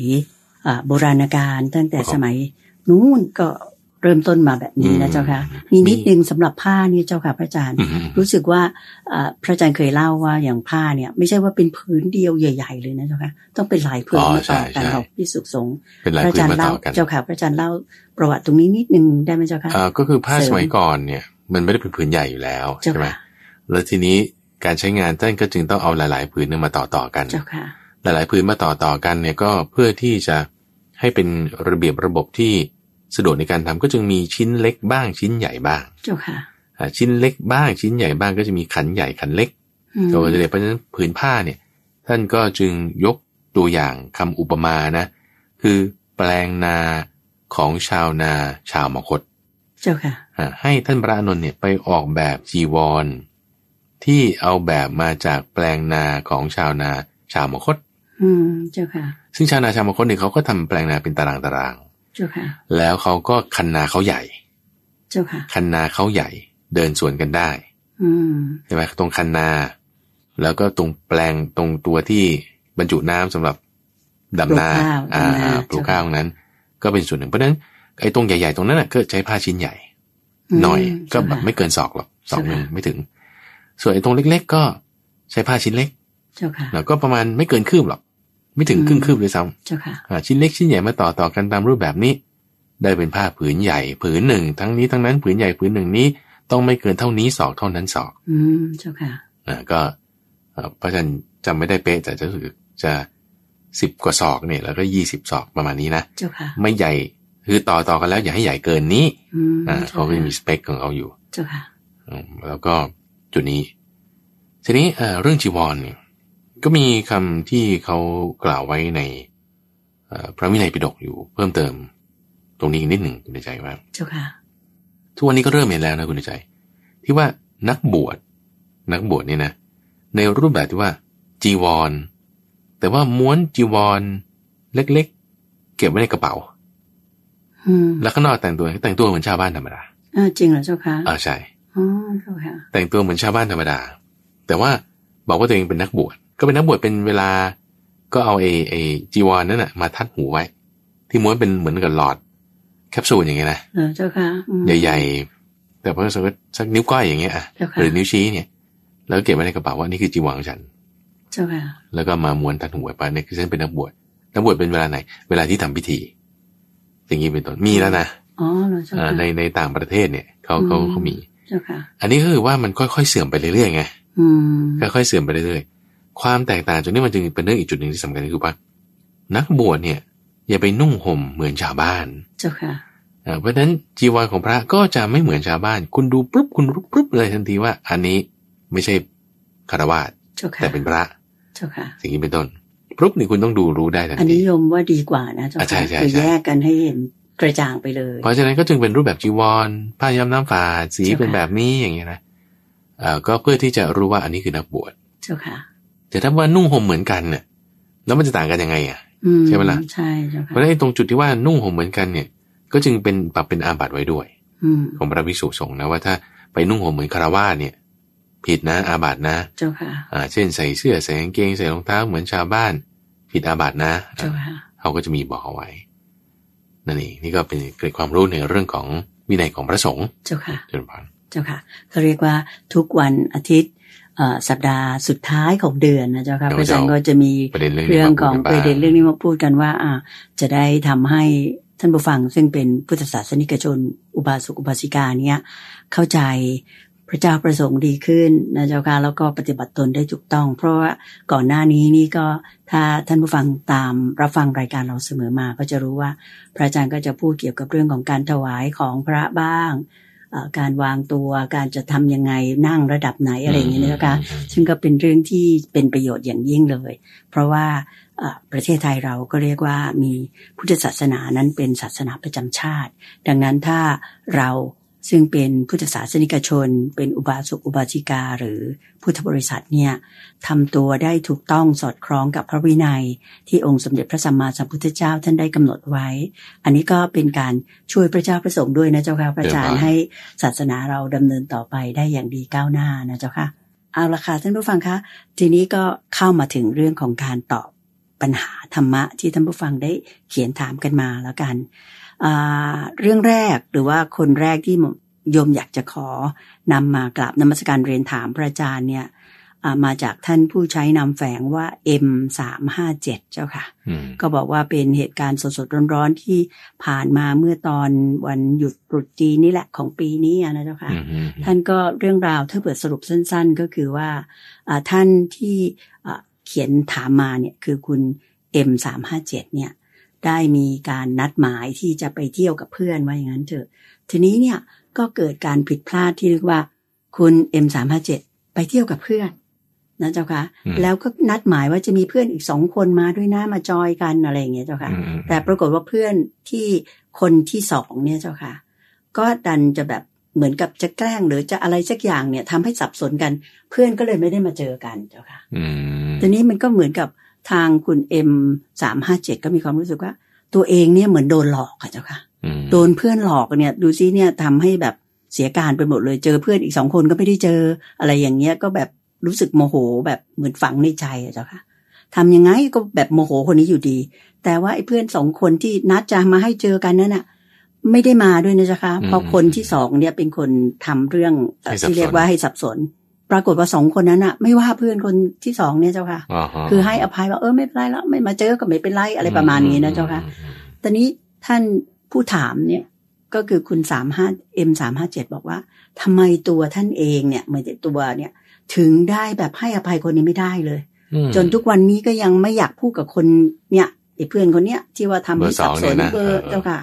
Speaker 1: อ่าโบราณกาลตั้งแต่สมัยนู้นก็เริ่มต้นมาแบบนี้นะเจ้าค่ะ
Speaker 2: อื
Speaker 1: มี
Speaker 2: ม
Speaker 1: นิดนึงสำหรับผ้านี่เจ้าค่ะพระอาจารย์
Speaker 2: อืม
Speaker 1: รู้สึกว่าเอ่อพระอาจารย์เคยเล่าว่าอย่างผ้าเนี่ยไม่ใช่ว่าเป็นผืนเดียวใหญ่ ๆ เลยนะเจ้าค่ะต้องเป็นหลายผืนมาต่อกันเราพิสุขสงฆ์
Speaker 2: เป็นหลาย
Speaker 1: พระอา
Speaker 2: พื้น
Speaker 1: จาร
Speaker 2: มา
Speaker 1: ย์เล่า
Speaker 2: ต่อกัน
Speaker 1: เจ้าค่ะพระอาจารย์เล่าประวัติตรงนี้นิดนึงได้ไหมเจ้าค่ะ
Speaker 2: อ่าก็คือผ้า
Speaker 1: เสริม
Speaker 2: สมัยก่อนเนี่ยมันไม่ได้เป็นผืนใหญ่อยู่แล้ว
Speaker 1: เจ้า
Speaker 2: ใช่ไหม
Speaker 1: ค่ะ
Speaker 2: แล้วทีนี้การใช้งานท่านก็จึงต้องเอาหลาย ๆ ผืนเนี่ยมาต่อต่อกัน
Speaker 1: เจ้าค่ะ
Speaker 2: หลาย ๆ ผืนมาต่อต่อกันเนี่ยก็เพื่อที่จะให้เป็นระเบียบระบบที่สะดวกในการทำก็จึงมีชิ้นเล็กบ้างชิ้นใหญ่บ้าง
Speaker 1: เจ้าค่ะ
Speaker 2: อ่าชิ้นเล็กบ้างชิ้นใหญ่บ้างก็จะมีขันใหญ่ขันเล็ก
Speaker 1: อืม
Speaker 2: โดยเฉลี่ยเพราะฉะนั้นผืนผ้าเนี่ยท่านก็จึงยกตัวอย่างคำอุปมานะคือแปลงนาของชาวนาชาวมคต
Speaker 1: เจ้าค่ะ
Speaker 2: อ่าให้ท่านพระอานนท์เนี่ยไปออกแบบจีวร ที่เอาแบบมาจากแปลงนาของชาวนาชาวมคต
Speaker 1: อืมเจ้าค่ะ
Speaker 2: ซึ่งชาวนาชาวมคตเนี่ยเขาก็ทำแปลงนาเป็นตารางตาราง
Speaker 1: เจ้าค่ะ
Speaker 2: ๆแล้วเขาก็คันนาเขาใหญ่
Speaker 1: เจ้าค่ะ
Speaker 2: คันนาเขาใหญ่ เดินสวนกันได้
Speaker 1: อืม
Speaker 2: ใช่ไหมตรงคันนา แล้วก็ตรงแปลงตรงตัวที่บรรจุน้ำสำหรับดำนาอ่าปลูกข้าวตรงนั้น ก็เป็นส่วนหนึ่งเพราะฉะนั้นไอ้ตรงใหญ่ๆตรงนั้นน่ะก็ใช้ผ้าชิ้นใหญ่
Speaker 1: ม
Speaker 2: หน่อยก็
Speaker 1: เจ้า
Speaker 2: แบบ
Speaker 1: ค่ะ
Speaker 2: ไม่เกินศอกหรอกสองหนึ่ง
Speaker 1: ใช่ค่ะ
Speaker 2: ไม่ถึง ส่วนไอ้ตรงเล็ก ๆ ก็ใช้ผ้าชิ้นเล็ก
Speaker 1: เจ้าค่ะ
Speaker 2: แล้วก็ประมาณไม่เกินคืบหรอก ไม่ถึง
Speaker 1: อืม
Speaker 2: ครึ่งคืบเลยซ้
Speaker 1: เจ้าค่ะ
Speaker 2: ำอ่าชิ้นเล็กชิ้นใหญ่มาต่อต่อกันตามรูปแบบนี้ ได้เป็นผ้าผืนใหญ่ผืนหนึ่ง ทั้งนี้ทั้งนั้นผืนใหญ่ผืนหนึ่งนี้ ต้องไม่เกินเท่านี้ศอกเท่านั้นศอก
Speaker 1: อืมเจ้าค่ะ
Speaker 2: อ่าก็เอ่อเพราะฉะนันจำไม่ได้เป๊ะแต่จะรู้สึกจะสิบกว่าศอกเนี่ยแล้วก็ยี่สิบศอกประมาณนี้นะ
Speaker 1: เจ้าค่ะ
Speaker 2: ไม่ใหญ่คือต่อต่อกันแล้วอย่าให้ใหญ่เกินนี้
Speaker 1: อืม
Speaker 2: อ่า
Speaker 1: เจ้า
Speaker 2: เขาก็
Speaker 1: ค่ะ
Speaker 2: จะมีสเปคของเขาอยู่
Speaker 1: เจ้าค่ะ
Speaker 2: อืมแล้วก็จุดนี้ ทีนี้เอ่อเรื่องจีวรเนี่ยก็มีคำที่เขากล่าวไว้ในเอ่อพระวินัยปิฎกอยู่เพิ่มเติม ตรงนี้อีกนิดหนึ่งคุณใจว่า
Speaker 1: เจ้าค่ะ
Speaker 2: ทุกวันนี้ก็เริ่มเห็นแล้วนะคุณใจ ที่ว่านักบวช นักบวชเนี่ยนะ ในรูปแบบที่ว่าจีวร แต่ว่าม้วนจีวร เล็กๆ เก็บไว้ในกระเป๋า
Speaker 1: อืม
Speaker 2: แล้วข้างนอกแต่งตัวแต่งตัวเหมือนชาวบ้านธรรมดา
Speaker 1: เออจริงเหรอเจ้าคะ
Speaker 2: อ่าใช่
Speaker 1: อ๋อเจ้าค่ะ
Speaker 2: แต่งตัวเหมือนชาวบ้านธรรมดา แต่ว่าบอกว่าตัวเองเป็นนักบวช ก็เป็นนักบวชเป็นเวลา ก็เอาไอ้ไอ้จีวรนั่นน่ะมาทัดหูไว้ ที่ม้วนเป็นเหมือนกับหลอด แคปซูลอย่างเงี้ยนะ
Speaker 1: เออเจ้าค่ะอืม
Speaker 2: ใหญ่ๆ แต่พอสักสักนิ้วก้อยอย่างเงี้ยอะ
Speaker 1: เจ้าค่ะ
Speaker 2: หรือนิ้วชี้เนี่ย แล้วเก็บไว้ในกระเป๋าว่านี่คือจีวรของฉัน
Speaker 1: เจ้าค่ะ
Speaker 2: แล้วก็มาม้วนทัดหัวไปเนี่ยคือฉันเป็นนักบวช นักบวชเป็นเวลาไหน เวลาที่ทำพิธี อย่างนี้เป็นต้น มีแล้วนะ
Speaker 1: อ๋อเหรอเจ้า
Speaker 2: เอ่อ
Speaker 1: ค่ะ
Speaker 2: ในในต่างประเทศเนี่ยเขาเขา
Speaker 1: อืม
Speaker 2: เขามี
Speaker 1: เจ้าค่ะ
Speaker 2: อันนี้ก็คือว่ามันค่อยๆเสื่อมไปเรื่อยๆไง
Speaker 1: อืม
Speaker 2: ค่อยๆเสื่อมไปเรื่อยๆ ความแตกต่างจุดนี้มันจึงเป็นเรื่องอีกจุดหนึ่งที่สำคัญคือว่า นักบวชเนี่ย อย่าไปนุ่งห่มเหมือนชาวบ้าน
Speaker 1: เจ้าค่ะ
Speaker 2: อ่าเพราะฉะนั้นจีวรของพระก็จะไม่เหมือนชาวบ้าน คุณดูปุ๊บคุณรู้ปุ๊บเลยทันทีว่า อันนี้ไม่ใช่คารวาส
Speaker 1: เจ้าค่ะ
Speaker 2: แต่เป็นพระ
Speaker 1: เจ้าค่ะ
Speaker 2: สิ่งนี้เป็นต้นปุ๊บนี่คุณต้องดูรู้ได้ทัน
Speaker 1: อัน
Speaker 2: ที
Speaker 1: นี้ยมว่าดีกว่านะเจ้า
Speaker 2: อ่ะใช่
Speaker 1: ค่ะ
Speaker 2: ใช่
Speaker 1: คือ
Speaker 2: ใช่
Speaker 1: แยกกันให้เห็นกระจ่างไปเลย
Speaker 2: เพราะฉะนั้นก็จึงเป็นรูปแบบจีวรผ้าย้อมน้ำฝาดสี
Speaker 1: เจ้าค่ะ
Speaker 2: เป็นแบบนี้อย่างเงี้ยนะเอ่อก็เพื่อที่จะรู้ว่าอันนี้คือนักบวช
Speaker 1: เจ้าค่ะ
Speaker 2: แต่ถ้าว่านุ่งห่มเหมือนกันเนี่ยแล้วมันจะต่างกันยังไงอ่ะ
Speaker 1: อืม
Speaker 2: ใช่ไหมล่ะ
Speaker 1: ใช่เจ้า
Speaker 2: เพ
Speaker 1: ค่ะ
Speaker 2: ราะฉะนั้นไอ้ตรงจุดที่ว่านุ่งห่มเหมือนกันเนี่ย ก็จึงเป็นปรับเป็นอาบัติไว้ด้วย
Speaker 1: อืม
Speaker 2: ของพระภิกษุสงฆ์นะว่าถ้าไปนุ่งห่มเหมือนคารวาสเนี่ย ผิดนะอาบัตินะ
Speaker 1: เจ้าค่ะ
Speaker 2: อ่าเช่นใส่เสื้อใส่กางเกงใส่รองเท้าเหมือนชาวบ้าน ผิดอาบัตินะ
Speaker 1: เจ้าค่ะ
Speaker 2: เขาก็จะมีบอกเอาไว้นั่นเองนี่ก็เป็นเกร็ดความรู้ในเรื่องของวินัยของพระสงฆ์
Speaker 1: เจ้าค่ะ
Speaker 2: เจริญพร
Speaker 1: เจ้าค่ะเขาเรียกว่าทุกวันอาทิตย์เอ่อสัปดาห์สุดท้ายของเดือนนะเจ้าค่ะ
Speaker 2: เดี๋ยว
Speaker 1: เพราะฉะนั้น
Speaker 2: จะเอา
Speaker 1: ก็จะมี
Speaker 2: ประเด็นเรื่องนี้
Speaker 1: เรื่องของ
Speaker 2: มา
Speaker 1: ประ
Speaker 2: พูดกั
Speaker 1: เด็
Speaker 2: น
Speaker 1: น
Speaker 2: บ้าง
Speaker 1: เรื่องนี้มาพูดกันว่าอ่าจะได้ทำให้ท่านผู้ฟังซึ่งเป็นพุทธศาสนิกชน อุบาสกอุบาสิกาเนี่ยเข้าใจพระเจ้าประสงค์ดีขึ้นนะเจ้าค่ะแล้วก็ปฏิบัติตนได้ถูกต้อง เพราะว่าก่อนหน้านี้นี่ก็ถ้าท่านผู้ฟังตามรับฟังรายการเราเสมอมา ก็จะรู้ว่าพระอาจารย์ก็จะพูดเกี่ยวกับเรื่องของการถวายของพระบ้าง เอ่อการวางตัวการจะทำยังไงนั่งระดับไหนอะไรอย่างเงี้ยนะคะซึ่งก็เป็นเรื่องที่เป็นประโยชน์อย่างยิ่งเลย เพราะว่าเอ่อประเทศไทยเราก็เรียกว่ามีพุทธศาสนานั้นเป็นศาสนาประจำชาติ ดังนั้นถ้าเราซึ่งเป็นพุทธศาสนิกชน เป็นอุบาสกอุบาสิกา หรือพุทธบริษัทเนี่ยทำตัวได้ถูกต้องสอดคล้องกับพระวินัย ที่องค์สมเด็จพระสัมมาสัมพุทธเจ้าท่านได้กำหนดไว้ อันนี้ก็เป็นการช่วยพระเจ้าประสงค์ด้วยนะเจ้าค่ะพระอาจารย์
Speaker 2: เดี๋ยวก่อน
Speaker 1: ให้ศาสนาเราดำเนินต่อไปได้อย่างดีก้าวหน้านะเจ้าค่ะเอาละค่ะท่านผู้ฟังคะ ทีนี้ก็เข้ามาถึงเรื่องของการตอบปัญหาธรรมะที่ท่านผู้ฟังได้เขียนถามกันมาแล้วกันอ่าเรื่องแรกหรือว่าคนแรกที่โยมอยากจะขอนำมากราบนมัสการเรียนถามพระอาจารย์เนี่ยอ่ามาจากท่านผู้ใช้นามแฝงว่า M357 เจ้าค่ะ
Speaker 2: อืม
Speaker 1: ก็บอกว่าเป็นเหตุการณ์สดๆร้อนๆที่ผ่านมาเมื่อตอนวันหยุดตรุษจีนนี่แหละของปีนี้อะนะเจ้าค่ะ
Speaker 2: อืมอืมอืม
Speaker 1: ท่านก็เรื่องราวถ้าเปิดสรุปสั้น ๆ ก็คือว่าอ่าท่านที่อ่าเขียนถามมาเนี่ยคือคุณ M357 เนี่ยได้มีการนัดหมายที่จะไปเที่ยวกับเพื่อนว่าอย่างนั้นเถอะ ทีนี้เนี่ยก็เกิดการผิดพลาดที่เรียกว่า คุณ M357 ไปเที่ยวกับเพื่อนนะเจ้าค่ะ แล้วก็นัดหมายว่าจะมีเพื่อนอีกสองคนมาด้วยนะมาจอยกันอะไรอย่างเงี้ยเจ้าค่ะ
Speaker 2: อืมอืม
Speaker 1: แต่ปรากฏว่าเพื่อนที่คนที่สองเนี่ยเจ้าค่ะ ก็ดันจะแบบเหมือนกับจะแกล้งหรือจะอะไรสักอย่างเนี่ยทำให้สับสนกัน เพื่อนก็เลยไม่ได้มาเจอกันเจ้าค่ะ
Speaker 2: อืม
Speaker 1: ทีนี้มันก็เหมือนกับทางคุณเอ็มสามห้าเจ็ดก็มีความรู้สึกว่า ตัวเองเนี่ยเหมือนโดนหลอกค่ะเจ้าค่ะ
Speaker 2: อืม
Speaker 1: โดนเพื่อนหลอกเนี่ยดูซิเนี่ยทำให้แบบเสียการไปหมดเลยเจอเพื่อนอีกสองคนก็ไม่ได้เจอ อะไรอย่างเงี้ยก็แบบรู้สึกโมโหแบบเหมือนฝังในใจอะเจ้าค่ะทำยังไงก็แบบโมโหคนนี้อยู่ดี แต่ว่าไอ้เพื่อนสองคนที่นัดจะมาให้เจอกันนั่นน่ะ ไม่ได้มาด้วยนะเจ้าค่ะเพราะคนที่สองเนี่ยเป็นคนทำเรื่องเอ่อที่เรียกว่าให้สับสน ปรากฏว่าสองคนนั้นน่ะ ไม่ว่าเพื่อนคนที่สองเนี่ยเจ้าค่ะ
Speaker 2: าฮะ
Speaker 1: คือให้อภัยว่าเออไม่เป็นไรแล้วไม่มาเจอก็ไม่เป็นไรอะไรประมาณนี้นะเจ้าค่ะ
Speaker 2: อืม
Speaker 1: ตอนนี้ท่านผู้ถามเนี่ยก็คือคุณสามห้าเอ็มสามห้าเจ็ดบอกว่าทำไมตัวท่านเองเนี่ยเหมือนแต่ตัวเนี่ยถึงได้แบบให้อภัยคนนี้ไม่ได้เลย
Speaker 2: อืม
Speaker 1: จนทุกวันนี้ก็ยังไม่อยากพูดกับคนเนี่ยไอ้เพื่อนคนเนี้ยที่ว่าทำให้สับสนเบอ
Speaker 2: เบอร์สองเนี่
Speaker 1: ร
Speaker 2: ย
Speaker 1: ์
Speaker 2: นะ
Speaker 1: เจ้าค่ะ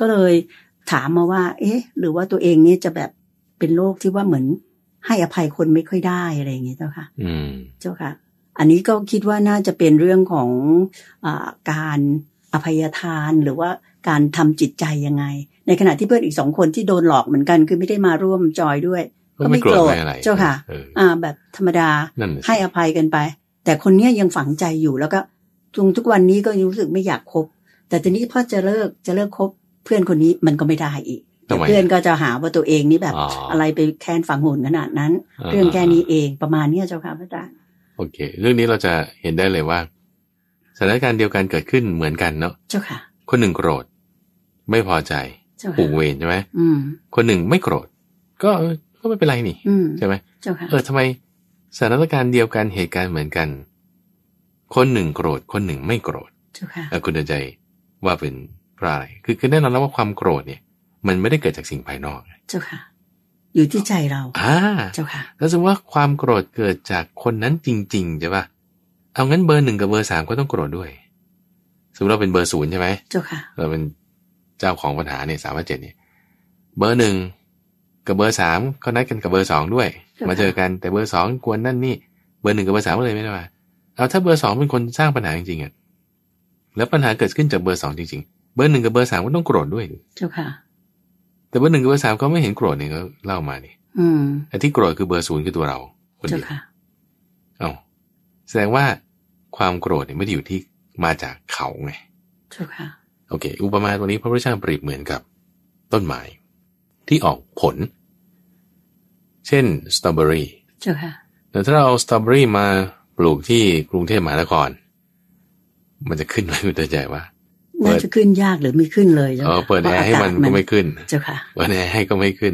Speaker 1: ก็เลยถามมาว่า เอ๊ะ หรือว่าตัวเองเนี่ยจะแบบเป็นโรคที่ว่าเหมือนให้อภัยคนไม่ค่อยได้อะไรอย่างเงี้ยเจ้าค่ะ
Speaker 2: อืม
Speaker 1: เจ้าค่ะ อันนี้ก็คิดว่าน่าจะเป็นเรื่องของอาการอภัยทานหรือว่าการทำจิตใจยังไง ในขณะที่เพื่อนอีกสองคนที่โดนหลอกเหมือนกัน คือไม่ได้มาร่วมจอยด้วย
Speaker 2: ก็ไม่โกรธไม่อะไร
Speaker 1: เจ้าค่ะ
Speaker 2: เออ
Speaker 1: อ่า แบบธรรมดา
Speaker 2: นั่นน่ะสิ
Speaker 1: ให้อภัยกันไป แต่คนเนี้ยยังฝังใจอยู่แล้วก็จงทุกวันนี้ก็ยังรู้สึกไม่อยากคบ แต่ทีนี้พอจะเลิกจะเลิกคบเพื่อนคนนี้มันก็ไม่ได้อีก
Speaker 2: ทำไม
Speaker 1: เพื่อนก็จะหาว่าตัวเองนี่แบบ
Speaker 2: อ๋อ
Speaker 1: อะไรไปแค้นฝังโหนขนาดนั้น เรื่องแค่นี้เองประมาณเนี้ยเจ้าค่ะพระอาจารย์
Speaker 2: โอเค เรื่องนี้เราจะเห็นได้เลยว่าสถานการณ์เดียวกันเกิดขึ้นเหมือนกันเนาะ
Speaker 1: เจ้าค่ะ
Speaker 2: คนหนึ่งโกรธ ไม่พอใจ
Speaker 1: เจ้า
Speaker 2: ผู
Speaker 1: ค่ะ
Speaker 2: กเวรใช่ไหม
Speaker 1: อืม
Speaker 2: คนหนึ่งไม่โกรธ ก็เออก็ไม่เป็นไรนี่
Speaker 1: อืม
Speaker 2: ใช่ไหม
Speaker 1: เจ้าค่ะ
Speaker 2: เออทำไมสถานการณ์เดียวกันเหตุการณ์เหมือนกัน คนหนึ่งโกรธ คนหนึ่งไม่โกรธ
Speaker 1: เจ้าค่ะ
Speaker 2: เออคุณเดินใจว่าเป็นเพราะอะไรคือคือแน่นอนแล้วว่าความโกรธเนี่ย มันไม่ได้เกิดจากสิ่งภายนอก
Speaker 1: เจ้าค่ะ อยู่ที่ใจเรา
Speaker 2: อ่า
Speaker 1: เจ้าค่ะ
Speaker 2: แล้วสมมติว่าความโกรธเกิดจากคนนั้นจริงๆใช่ปะเอางั้นเบอร์หนึ่งกับเบอร์สามก็ต้องโกรธด้วย สมมติเราเป็นเบอร์ศูนย์ใช่ไหม
Speaker 1: เจ้าค่ะ
Speaker 2: เราเป็นเจ้าของปัญหาเนี่ยสามเจ็ดเนี่ย เบอร์หนึ่งกับเบอร์สามก็นัดกันกับเบอร์สองด้วย มาเจอกันแต่เบอร์สองกวนนั่นนี่เบอร์หนึ่งกับเบอร์สามก็เลยไม่ได้มาเอาถ้าเบอร์สองเป็นคนสร้างปัญหาจริงๆอ่ะแล้วปัญหาเกิดขึ้นจากเบอร์สองจริงๆ เบอร์หนึ่งกับเบอร์สามก็ต้องโกรธด้วยดิ
Speaker 1: เจ้าค่ะ
Speaker 2: แต่เบอร์หนึ่งกับเบอร์สามเขาไม่เห็นโกรธเนี่ยก็เล่ามานี่
Speaker 1: อืม
Speaker 2: ไอ้ที่โกรธคือเบอร์ศูนย์คือตัวเราคน
Speaker 1: เจ้า
Speaker 2: เดียว
Speaker 1: ค่ะ
Speaker 2: เอ้าแสดงว่าความโกรธเนี่ยไม่ได้อยู่ที่มาจากเขาไง
Speaker 1: เจ้าค่ะ
Speaker 2: โอเค อุปมาตัวนี้พระพุทธเจ้าเปรียบเหมือนกับต้นไม้ที่ออกผล เช่นสตรอเบอรี่
Speaker 1: เจ้าค่ะ
Speaker 2: แต่ถ้าเราเอาสตรอเบอรี่มาปลูกที่กรุงเทพมหานคร มันจะขึ้นไหมคุณเตือนใจว่า เปิด
Speaker 1: น่าจะขึ้นยากหรือไม่ขึ้นเลยเจ้า
Speaker 2: เออ
Speaker 1: ค่ะ
Speaker 2: เปิดแอร์ให้มัน
Speaker 1: เพาะอากาศ
Speaker 2: ก็ไม่ขึ้น
Speaker 1: เจ้าค่ะ
Speaker 2: เปิดแอร์ให้ก็ไม่ขึ้น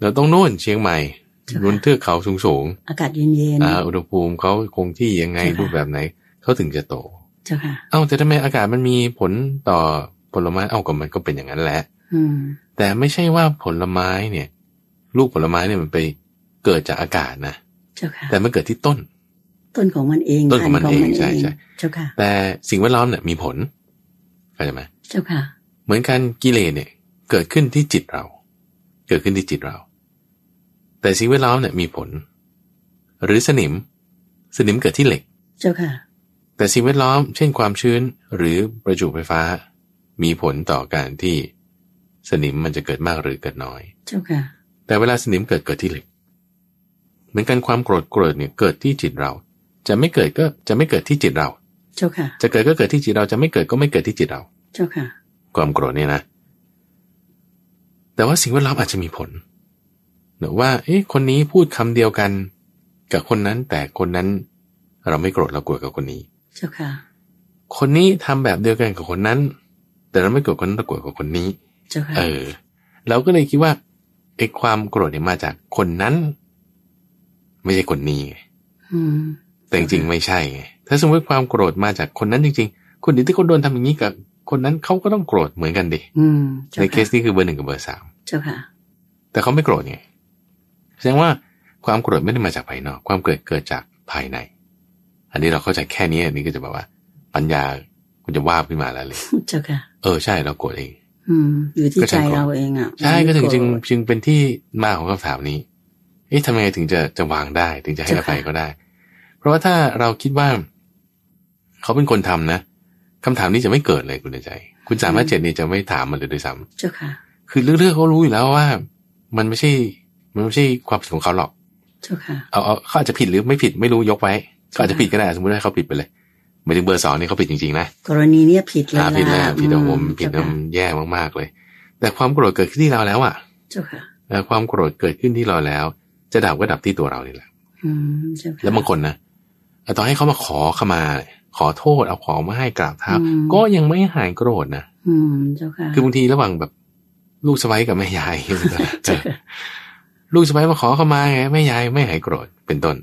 Speaker 2: เราต้องโน่นเชียงใหม่
Speaker 1: เจ้าค่ะ
Speaker 2: บนเทือกเขาสูงสูง
Speaker 1: อากาศเย็นเย็น
Speaker 2: ๆอ่าอุณหภูมิเขาคงที่ยังไง
Speaker 1: เจ้าค่ะ
Speaker 2: รูปแบบไหนเขาถึงจะโต
Speaker 1: เจ้าค่ะ
Speaker 2: เอ้าแต่ทำไมอากาศมันมีผลต่อผลไม้เอ้าก็มันก็เป็นอย่างนั้นแหละ
Speaker 1: อืม
Speaker 2: แต่ไม่ใช่ว่าผลไม้เนี่ย ลูกผลไม้เนี่ยมันไปเกิดจากอากาศนะ
Speaker 1: เจ้าค่ะ
Speaker 2: แต่มันเกิดที่ต้น
Speaker 1: ต้นของมันเอง
Speaker 2: ต้นของมันเอง
Speaker 1: พัธุ์
Speaker 2: ใช่ใช่
Speaker 1: เจ้าค่ะ
Speaker 2: แต่สิ่งแวดล้อมเนี่ยมีผลเข้าใจไหม
Speaker 1: เจ้าค่ะ
Speaker 2: เหมือนกันกิเลสเนี่ยเกิดขึ้นที่จิตเรา เกิดขึ้นที่จิตเรา แต่สิ่งแวดล้อมเนี่ยมีผล หรือสนิม สนิมเกิดที่เหล็ก
Speaker 1: เจ้าค่ะ
Speaker 2: แต่สิ่งแวดล้อม เช่นความชื้นหรือประจุไฟฟ้า มีผลต่อการที่สนิมมันจะเกิดมากหรือเกิดน้อย
Speaker 1: เจ้าค่ะ
Speaker 2: แต่เวลาสนิมเกิดเกิดที่เหล็ก เหมือนกันความโกรธโกรธเนี่ยเกิดที่จิตเรา จะไม่เกิดก็จะไม่เกิดที่จิตเรา
Speaker 1: เจ้าค่ะ
Speaker 2: จะเกิดก็เกิดที่จิตเราจะไม่เกิดก็ไม่เกิดที่จิตเรา
Speaker 1: เจ้าค่ะ
Speaker 2: ความโกรธเนี่ยนะ แต่ว่าสิ่งแวดล้อมอาจจะมีผลหรือว่า เอ๊ะ คนนี้พูดคำเดียวกัน กับคนนั้น แต่คนนั้น เราไม่โกรธเราโกรธกับคนนี้
Speaker 1: เจ้าค่ะ
Speaker 2: คนนี้ทำแบบเดียวกันกับคนนั้น แต่เราไม่โกรธคนนั้นเราโกรธกับคนนี้
Speaker 1: เจ้าค่ะ
Speaker 2: เออ เราก็เลยคิดว่าไอ้ความโกรธเนี่ยมาจากคนนั้น ไม่ใช่คนนี้ไง
Speaker 1: อืม
Speaker 2: แต่จริงๆไม่ใช่ไงถ้าสมมติความโกรธมาจากคนนั้นจริง ๆ คนอื่นที่เขาโดนทำอย่างนี้กับคนนั้นเขาก็ต้องโกรธเหมือนกันดิ
Speaker 1: อืม
Speaker 2: ใน
Speaker 1: เจ้า
Speaker 2: เค
Speaker 1: ค่ะ
Speaker 2: สนี้คือเบอร์หนึ่งกับเบอร์สาม
Speaker 1: เจ้าค่ะ
Speaker 2: แต่เขาไม่โกรธไง แสดงว่าความโกรธไม่ได้มาจากภายนอก ความเกิดเกิดจากภายใน อันนี้เราเข้าใจแค่นี้อันนี้ก็จะแบบว่า ปัญญาคุณจะว่าบขึ้นมาแล้วเลย
Speaker 1: เจ้าค่ะ
Speaker 2: เออใช่เราโกรธเอง
Speaker 1: อืม อยู่ที่
Speaker 2: ก็
Speaker 1: ใจ
Speaker 2: ฉันโกรธ
Speaker 1: เราเองอ่ะ
Speaker 2: ใช่ก็ถึงจึง
Speaker 1: ไม่โรธ
Speaker 2: จึงเป็นที่มาของคำถามนี้ เอ๊ะทำไงถึงจะจะวางได้ ถึงจะให้อ
Speaker 1: เจ้าค่ะ
Speaker 2: ภัยก็ได้ เพราะว่าถ้าเราคิดว่า เขาเป็นคนทำนะคำถามนี้จะไม่เกิดเลยคุณเดชใจ คุณสามารถเจ็ดนี่จะไม่ถามมันเลยด้วยซ้
Speaker 1: เจ้าค่ะ
Speaker 2: ำคือเลือกๆเขารู้อยู่แล้วว่า มันไม่ใช่ มันไม่ใช่ความผิดของเขาหรอก
Speaker 1: เจ้าค่ะ
Speaker 2: เอาเอาเขาอาจจะผิดหรือไม่ผิดไม่รู้ยกไว้เขาอาจจะผิดก็ได้สมมติว่าเขาผิดไปเลยหมายถึงเบอร์สองนี่เขาผิดจริงๆนะ
Speaker 1: กรณีเนี้ยผิดเลย
Speaker 2: อ่าผิดแล้ว
Speaker 1: ะ
Speaker 2: ผิดแล้วผม
Speaker 1: อื
Speaker 2: ผิด
Speaker 1: เจ้า
Speaker 2: แล้ว
Speaker 1: ค่ะ
Speaker 2: มันแย่มากๆเลย แต่ความโกรธเกิดขึ้นที่เราแล้วอ่ะ
Speaker 1: เจ้าค่ะ
Speaker 2: เออความโกรธเกิดขึ้นที่เราแล้ว จะดับก็ดับที่ตัวเรานี่แหละ
Speaker 1: อืม เจ้าค่ะ
Speaker 2: แล้วบางคนนะเอาต่อให้เขามาขอขมา ขอโทษเอาของมาให้กราบเท้า
Speaker 1: อืม
Speaker 2: ก็ยังไม่หายโกรธนะ
Speaker 1: อืม เจ้าค่ะ
Speaker 2: คือบางทีระหว่างแบบลูกสะใภ้กับแม่ ยาย
Speaker 1: เจ้าค่ะ
Speaker 2: ลูกสะใภ้มาขอขมาไงแม่ยายไม่หายโกรธเป็นต้น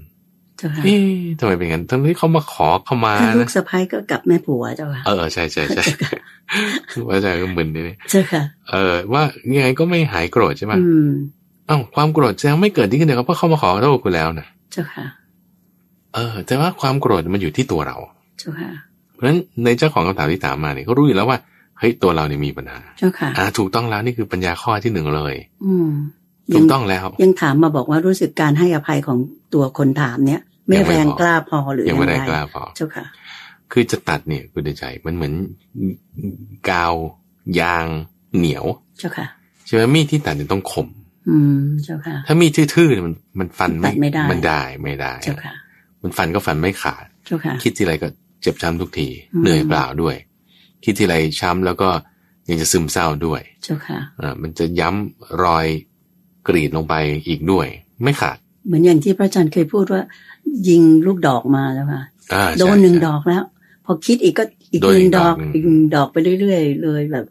Speaker 1: เจ้าค่ะ
Speaker 2: เอ๊ะทำไมเป็นงั้นทั้งที่เขามาขอขมา
Speaker 1: ถ้าลู
Speaker 2: นะ
Speaker 1: กสะพ้ายก็กลับแม่ผัวเจ้าค่ะ
Speaker 2: เออใช่ใช่ใช่ ว่าอาจารย์ก็มึนนิดนึง
Speaker 1: เจ้าค่ะ
Speaker 2: เออว่ายังไงก็ไม่หายโกรธใช่ไหม
Speaker 1: อืม
Speaker 2: เอ้าความโกรธแสดงไม่เกิดที่ขึ้นเดียวกับเพราะเขามาขอโทษคุณแล้วนะ
Speaker 1: เจ้าค่ะ
Speaker 2: เออ แต่ว่าความโกรธมันอยู่ที่ตัวเรา
Speaker 1: เจ้าค่ะ
Speaker 2: เพราะฉะนั้นในเจ้าของคำถามที่ถามมาเนี่ยเขารู้อยู่แล้วว่าเฮ้ยตัวเราเนี่ยมีปัญหา
Speaker 1: เจ้าค่ะ
Speaker 2: อ่าถูกต้องแล้วนี่คือปัญญาข้อที่หนึ่งเลย
Speaker 1: อืม
Speaker 2: ถู
Speaker 1: ยั
Speaker 2: ก
Speaker 1: ง
Speaker 2: ต้องแล้ว
Speaker 1: ยังถามมาบอกว่ารู้สึกการให้อภัยของตัวคนถามเนี้ยไม่
Speaker 2: ยังไม่
Speaker 1: แรง
Speaker 2: พอ
Speaker 1: กล้าพอหรือ
Speaker 2: ยัง
Speaker 1: ยัง
Speaker 2: ไม่
Speaker 1: ไง
Speaker 2: ได้กล้าพอ
Speaker 1: เจ้าค่ะ
Speaker 2: คือจะตัดเนี่ยคุณเดชใจมันเหมือนกาว ยางเหนียว
Speaker 1: เจ้าค่ะ
Speaker 2: ใช่ไหมมีดที่ตัดเนี่ยต้องคม
Speaker 1: อืมเจ้าค่ะ
Speaker 2: ถ้ามีดทื่อๆเนี่ยมันมันฟัน
Speaker 1: ตัดไม่ได้
Speaker 2: มันได้ไม่ได้
Speaker 1: เจ้าค่ะ
Speaker 2: มันฟันก็ฟันไม่ขาด
Speaker 1: เจ้าค่ะ
Speaker 2: คิดทีไรก็เจ็บช้ำทุกที
Speaker 1: อืม
Speaker 2: เหนื่อยเปล่าด้วย คิดทีไรช้ำแล้วก็ยังจะซึมเศร้าด้วย
Speaker 1: เจ้าค่ะ
Speaker 2: เออมันจะย้ำรอยกรีดลงไปอีกด้วย ไม่ขาด
Speaker 1: เหมือนอย่างที่พระอาจารย์เคยพูดว่า ยิงลูกดอกมาแล้วค่ะ
Speaker 2: อ่าใช่
Speaker 1: โดนหนึ่ง
Speaker 2: ใช่
Speaker 1: ดอกแล้ว พอคิดอีกก็อีก
Speaker 2: โดน
Speaker 1: ห
Speaker 2: อีก
Speaker 1: นึ่งดอก
Speaker 2: ดอกหนึ่ง
Speaker 1: อีกหนึ่งดอกไปเรื่อยๆ เลยแบบ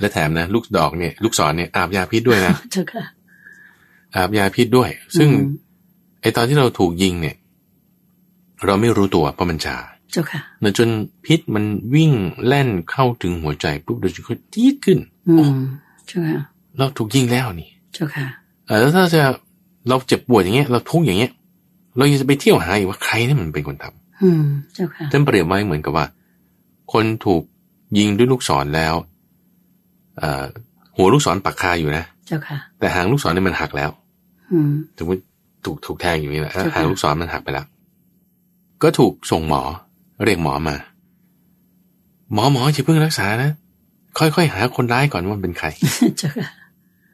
Speaker 2: และแถมนะ ลูกดอกเนี่ยลูกศรเนี่ยอาบยาพิษ ด้วยนะ
Speaker 1: เจ้าค่ะ
Speaker 2: อาบยาพิษด้วย ซึ่ง
Speaker 1: อืม
Speaker 2: ไอตอนที่เราถูกยิงเนี่ย เราไม่รู้ตัวเพราะมันชา
Speaker 1: เจ้าค่ะ
Speaker 2: เนอะจนพิษมันวิ่งแล่นเข้าถึงหัวใจปุ๊บเราจะก็จี๊ดขึ้น
Speaker 1: อืมเจ้าค่ะ
Speaker 2: เราถูกยิงแล้วนี่
Speaker 1: เจ้าค่ะ
Speaker 2: เออแล้วถ้าจะเราเจ็บปวดอย่างเงี้ยเราทุกข์อย่างเงี้ย เรายังจะไปเที่ยวหาอีกว่าใครนี่มันเป็นคนทำ
Speaker 1: อืมเจ้าค่ะ
Speaker 2: ท่านเปรียบไว้เหมือนกับว่า คนถูกยิงด้วยลูกศรแล้วเอ่อหัวลูกศรปักคาอยู่นะ
Speaker 1: เจ้าค่ะ
Speaker 2: แต่หางลูกศรเนี่ยมันหักแล้ว
Speaker 1: อืม
Speaker 2: สมมติถูกถูกแทงอยู่นี่แหละ
Speaker 1: ใช่ค่ะ
Speaker 2: หางลูกศรมันหักไปแล้วก็ถูกส่งหมอ เรียกหมอมา หมอหมอจะเพิ่งรักษานะค่อยๆหาคนร้ายก่อนว่ามันเป็นใคร
Speaker 1: เจ้าค่ะ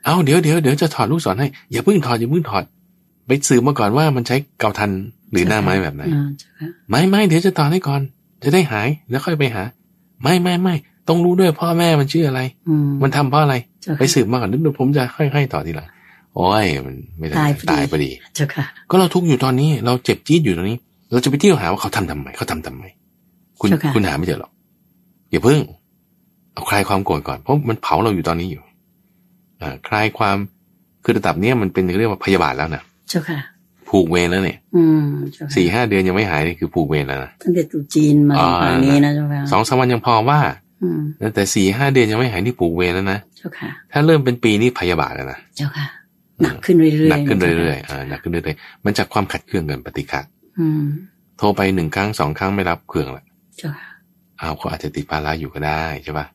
Speaker 2: เอาเดี๋ยวเดี๋ยวเดี๋ยวจะถอดลูกศรให้อย่าเพิ่งถอดอย่าเพิ่งถอด ไปสืบมาก่อนว่ามันใช้เกาทันหรือหน้าไม้แบบไหน
Speaker 1: อ่าเจ้าค่ะ
Speaker 2: ไม่ไม่เดี๋ยวจะถอดให้ก่อน จะได้หายแล้วค่อยไปหา ไม่ไม่ไม่ต้องรู้ด้วยพ่อแม่มันชื่ออะไร
Speaker 1: อืม
Speaker 2: มันทำเพราะอะไร
Speaker 1: เจ้าค่ะ
Speaker 2: ไปสืบมาก่อนนึกผมจะค่อยๆต่อทีหลังโอ้ยมันไม่ได้
Speaker 1: ตายพอดี
Speaker 2: ตายพอดี
Speaker 1: เจ้าค่ะ
Speaker 2: ก็เราทุกข์อยู่ตอนนี้ เราเจ็บจี๊ดอยู่ตอนนี้ เราจะไปเที่ยวหาว่าเขาทำทำไมเขาทำทำไมคุณ
Speaker 1: เจ้าค่ะ
Speaker 2: คุณหาไม่เจอหรอกอย่าเพิ่ง เอาคลายความโกรธก่อนเพราะมันเผาเราอยู่ตอนนี้อยู่อ่าคลายความคือระดับเนี้ยมันเป็นเรียกว่าพยาบาทแล้วนะ
Speaker 1: เจ้าค่ะ
Speaker 2: ผูกเวรแล้วเนี่ย
Speaker 1: อืมเจ้าค่ะ
Speaker 2: สี่ห้าเดือนยังไม่หายนี่คือผูกเวรแล้วนะ
Speaker 1: ตั้งแต่ตรุษจีนมา
Speaker 2: อ่า
Speaker 1: ตอนนี้นะเจ้าค่ะ
Speaker 2: สองสามวันยังพอว่า
Speaker 1: อืม
Speaker 2: แต่สี่ห้าเดือนยังไม่หายนี่ผูกเวรแล้วนะ
Speaker 1: เจ้าค่ะ
Speaker 2: ถ้าเริ่มเป็นปีนี่พยาบาทแล้วนะ
Speaker 1: เจ้าค่ะ หนักขึ้นเรื่อยๆ
Speaker 2: หนักขึ้นเรื่อย
Speaker 1: จ้า
Speaker 2: ๆอ่า
Speaker 1: ค่ะ
Speaker 2: หนักขึ้นเรื่อยๆมันจากความขัดเคืองกันปฏิฆะ
Speaker 1: อืม
Speaker 2: โทรไปหนึ่งครั้งสองครั้งไม่รับเคืองละ
Speaker 1: เจ้าค่ะ
Speaker 2: อ้าวเขาอาจจะติดภาระอยู่ก็ได้ใช่ปะ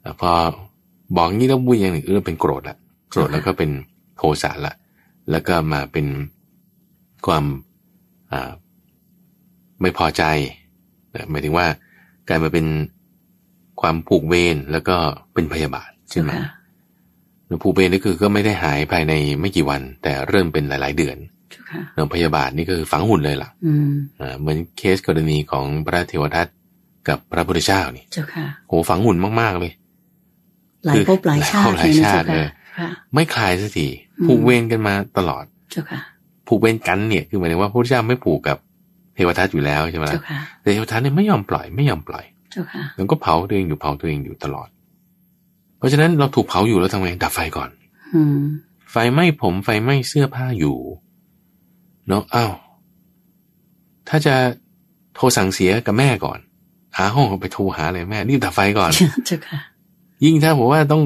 Speaker 2: แต่พอบอกงี้แล้วบุยอย่างหนึ่งเออเป็นโกรธละโกรธแล้วก็เป็นโทสะละ แล้วก็มาเป็นความอ่าไม่พอใจนะหมายถึงว่ากลายมาเป็นความผูกเวรแล้วก็เป็นพยาบาทขึ้
Speaker 1: เจ้าน
Speaker 2: มา
Speaker 1: ค่ะ
Speaker 2: แล้วผูกเวรนี่คือก็ไม่ได้หายภายในไม่กี่วัน แต่เริ่มเป็นหลาย ๆ เดือน
Speaker 1: เจ้าค่ะ
Speaker 2: เรื่องพยาบาทนี่ก็คือฝังหุ่นเลยล่ะ
Speaker 1: อืม
Speaker 2: อ่าเหมือนเคสกรณีของพระเทวทัตกับพระพุทธเจ้านี่
Speaker 1: เจ้าค่ะ
Speaker 2: โหฝังหุ่นมากๆเลย
Speaker 1: หลายภพหลายชาติ
Speaker 2: ห
Speaker 1: เล
Speaker 2: ลาย ย
Speaker 1: นะ
Speaker 2: ชา
Speaker 1: เจ้าค่ะ
Speaker 2: ติเลย
Speaker 1: ค่ะ
Speaker 2: ไม่คลายสักที
Speaker 1: อืม
Speaker 2: ผูกเวรกันมาตลอด
Speaker 1: เจ้าค่ะ
Speaker 2: ผูกเวรกันเนี่ยคือหมายถึงว่าพระพุทธเจ้าไม่ผูกกับเทวทัตอยู่แล้วใช่ไหม
Speaker 1: เจ้าค่ะ
Speaker 2: แต่เทวทัตเนี่ยไม่ยอมปล่อยไม่ยอมปล่อย
Speaker 1: เจ้าค่ะ
Speaker 2: แล้วก็เผาตัวเองอยู่เผาตัวเองอยู่ตลอด เพราะฉะนั้นเราถูกเผาอยู่แล้วทำไงดับไฟก่อน
Speaker 1: อืม
Speaker 2: ไฟไหม้ผมไฟไหม้เสื้อผ้าอยู่เนาะอ้าวถ้าจะโทรสั่งเสียกับแม่ก่อน หาห้องไปโทรหาเลยแม่รีบดับไฟก่อน
Speaker 1: เจ้าค่ะ
Speaker 2: ยิ่งถ้าผมว่าต้อง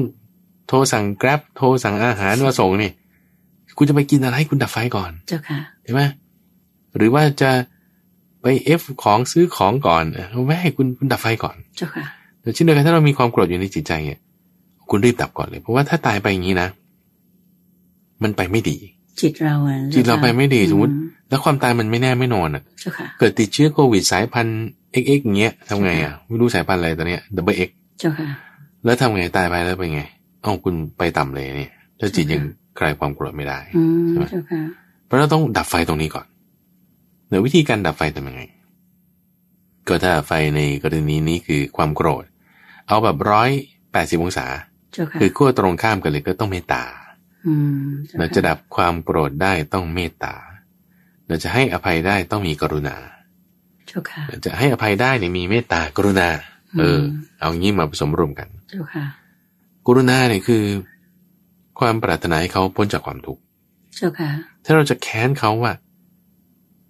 Speaker 2: โทรสั่ง Grab โทรสั่งอาหารมาส่งนี่คุณจะไปกินอะไรคุณดับไฟก่อน
Speaker 1: เจ้าค่ะ
Speaker 2: ใช่ไหมหรือว่าจะไปเอฟของซื้อของก่อนเออไม่ให้คุณคุณดับไฟก่อน
Speaker 1: เจ้าค่ะ
Speaker 2: แต่เช่นเดียวกันถ้าเรามีความโกรธอยู่ในจิตใจเนี่ยคุณรีบดับก่อนเลย เพราะว่าถ้าตายไปอย่างนี้นะ มันไปไม่ดี
Speaker 1: จิตเราอะ
Speaker 2: จิตเราไปไม่ดีสมมติ
Speaker 1: อื
Speaker 2: แล้วความตายมันไม่แน่ไม่นอนอ่ะ
Speaker 1: เจ้าค่ะ
Speaker 2: เกิดติดเชื้อโควิดสายพันธุ์ XX อย่างเงี้ยทำไงอ่ะไม่รู้สายพันธุ์อะไรตอนเนี้ย XX
Speaker 1: เจ้าค่ะ
Speaker 2: แล้วทำไงตายไปแล้วเป็นไง เอ้าคุณไปต่ำเลยเนี่ยถ้าจิตยังคลายความโกรธไม่ได้
Speaker 1: อืม
Speaker 2: ใช่ไหม
Speaker 1: เจ้าค่ะ
Speaker 2: เพราะเราต้องดับไฟตรงนี้ก่อนเดี๋ยววิธีการดับไฟทำยังไง ก็ถ้าไฟในกรณีนี้คือความโกรธ เอาแบบร้อยแปดสิบองศา
Speaker 1: เจ้าค่ะ
Speaker 2: คือขั้วตรงข้ามกันเลยก็ต้องเมตตา
Speaker 1: อืม
Speaker 2: เราจะดับความโกรธได้ต้องเมตตาเราจะให้อภัยได้ต้องมีกรุณา
Speaker 1: เจ้าค่ะ
Speaker 2: เราจะให้อภัยได้เนี่ยมีเมตตากรุณา เออ
Speaker 1: ม
Speaker 2: เอางี้มาผสมรวมกัน
Speaker 1: เจ้าค่ะ
Speaker 2: กรุณาเนี่ยคือ ความปรารถนาให้เขาพ้นจากความทุกข์
Speaker 1: เจ้าค่ะ
Speaker 2: ถ้าเราจะแค้นเขาว่า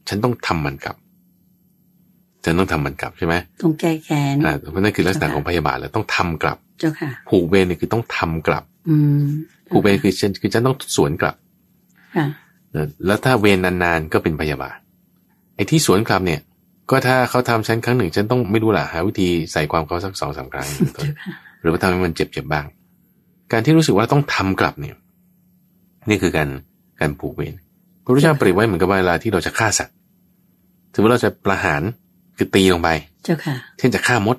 Speaker 2: ฉันต้องทำมันกลับ ฉันต้องทำมันกลับใช่ไหม
Speaker 1: ต้องแก้แค้น
Speaker 2: อ่าเพราะนั่นคือลักษณะของพยาบาทแล้วต้องทำกลับ
Speaker 1: เจ้าค่ะ
Speaker 2: ผูกเวรเนี่ยคือต้องทำกลับ
Speaker 1: อืม
Speaker 2: ผูกเวรคือฉันคือฉันต้องสวนกลับ
Speaker 1: ค่ะ
Speaker 2: นะแล้วถ้าเวรนานๆก็เป็นพยาบาท ไอ้ที่สวนกลับเนี่ย ก็ถ้าเขาทำฉันครั้งหนึ่ง ฉันต้องไม่รู้ล่ะหาวิธีใส่ความเขาสักสองสามครั้งเป็นต้น
Speaker 1: เจ้าค่ะ
Speaker 2: หรือว่าทำให้มันเจ็บเจ็บบ้าง การที่รู้สึกว่าต้องทำกลับเนี่ย นี่คือการการผูกเวรพระพุทธเจ้าเปรียบไว้เหมือนกับเวลาที่เราจะฆ่าสัตว์ถือว่าเราจะประหารคือตีลงไป
Speaker 1: เจ้าค่ะ
Speaker 2: เช่นจะฆ่ามด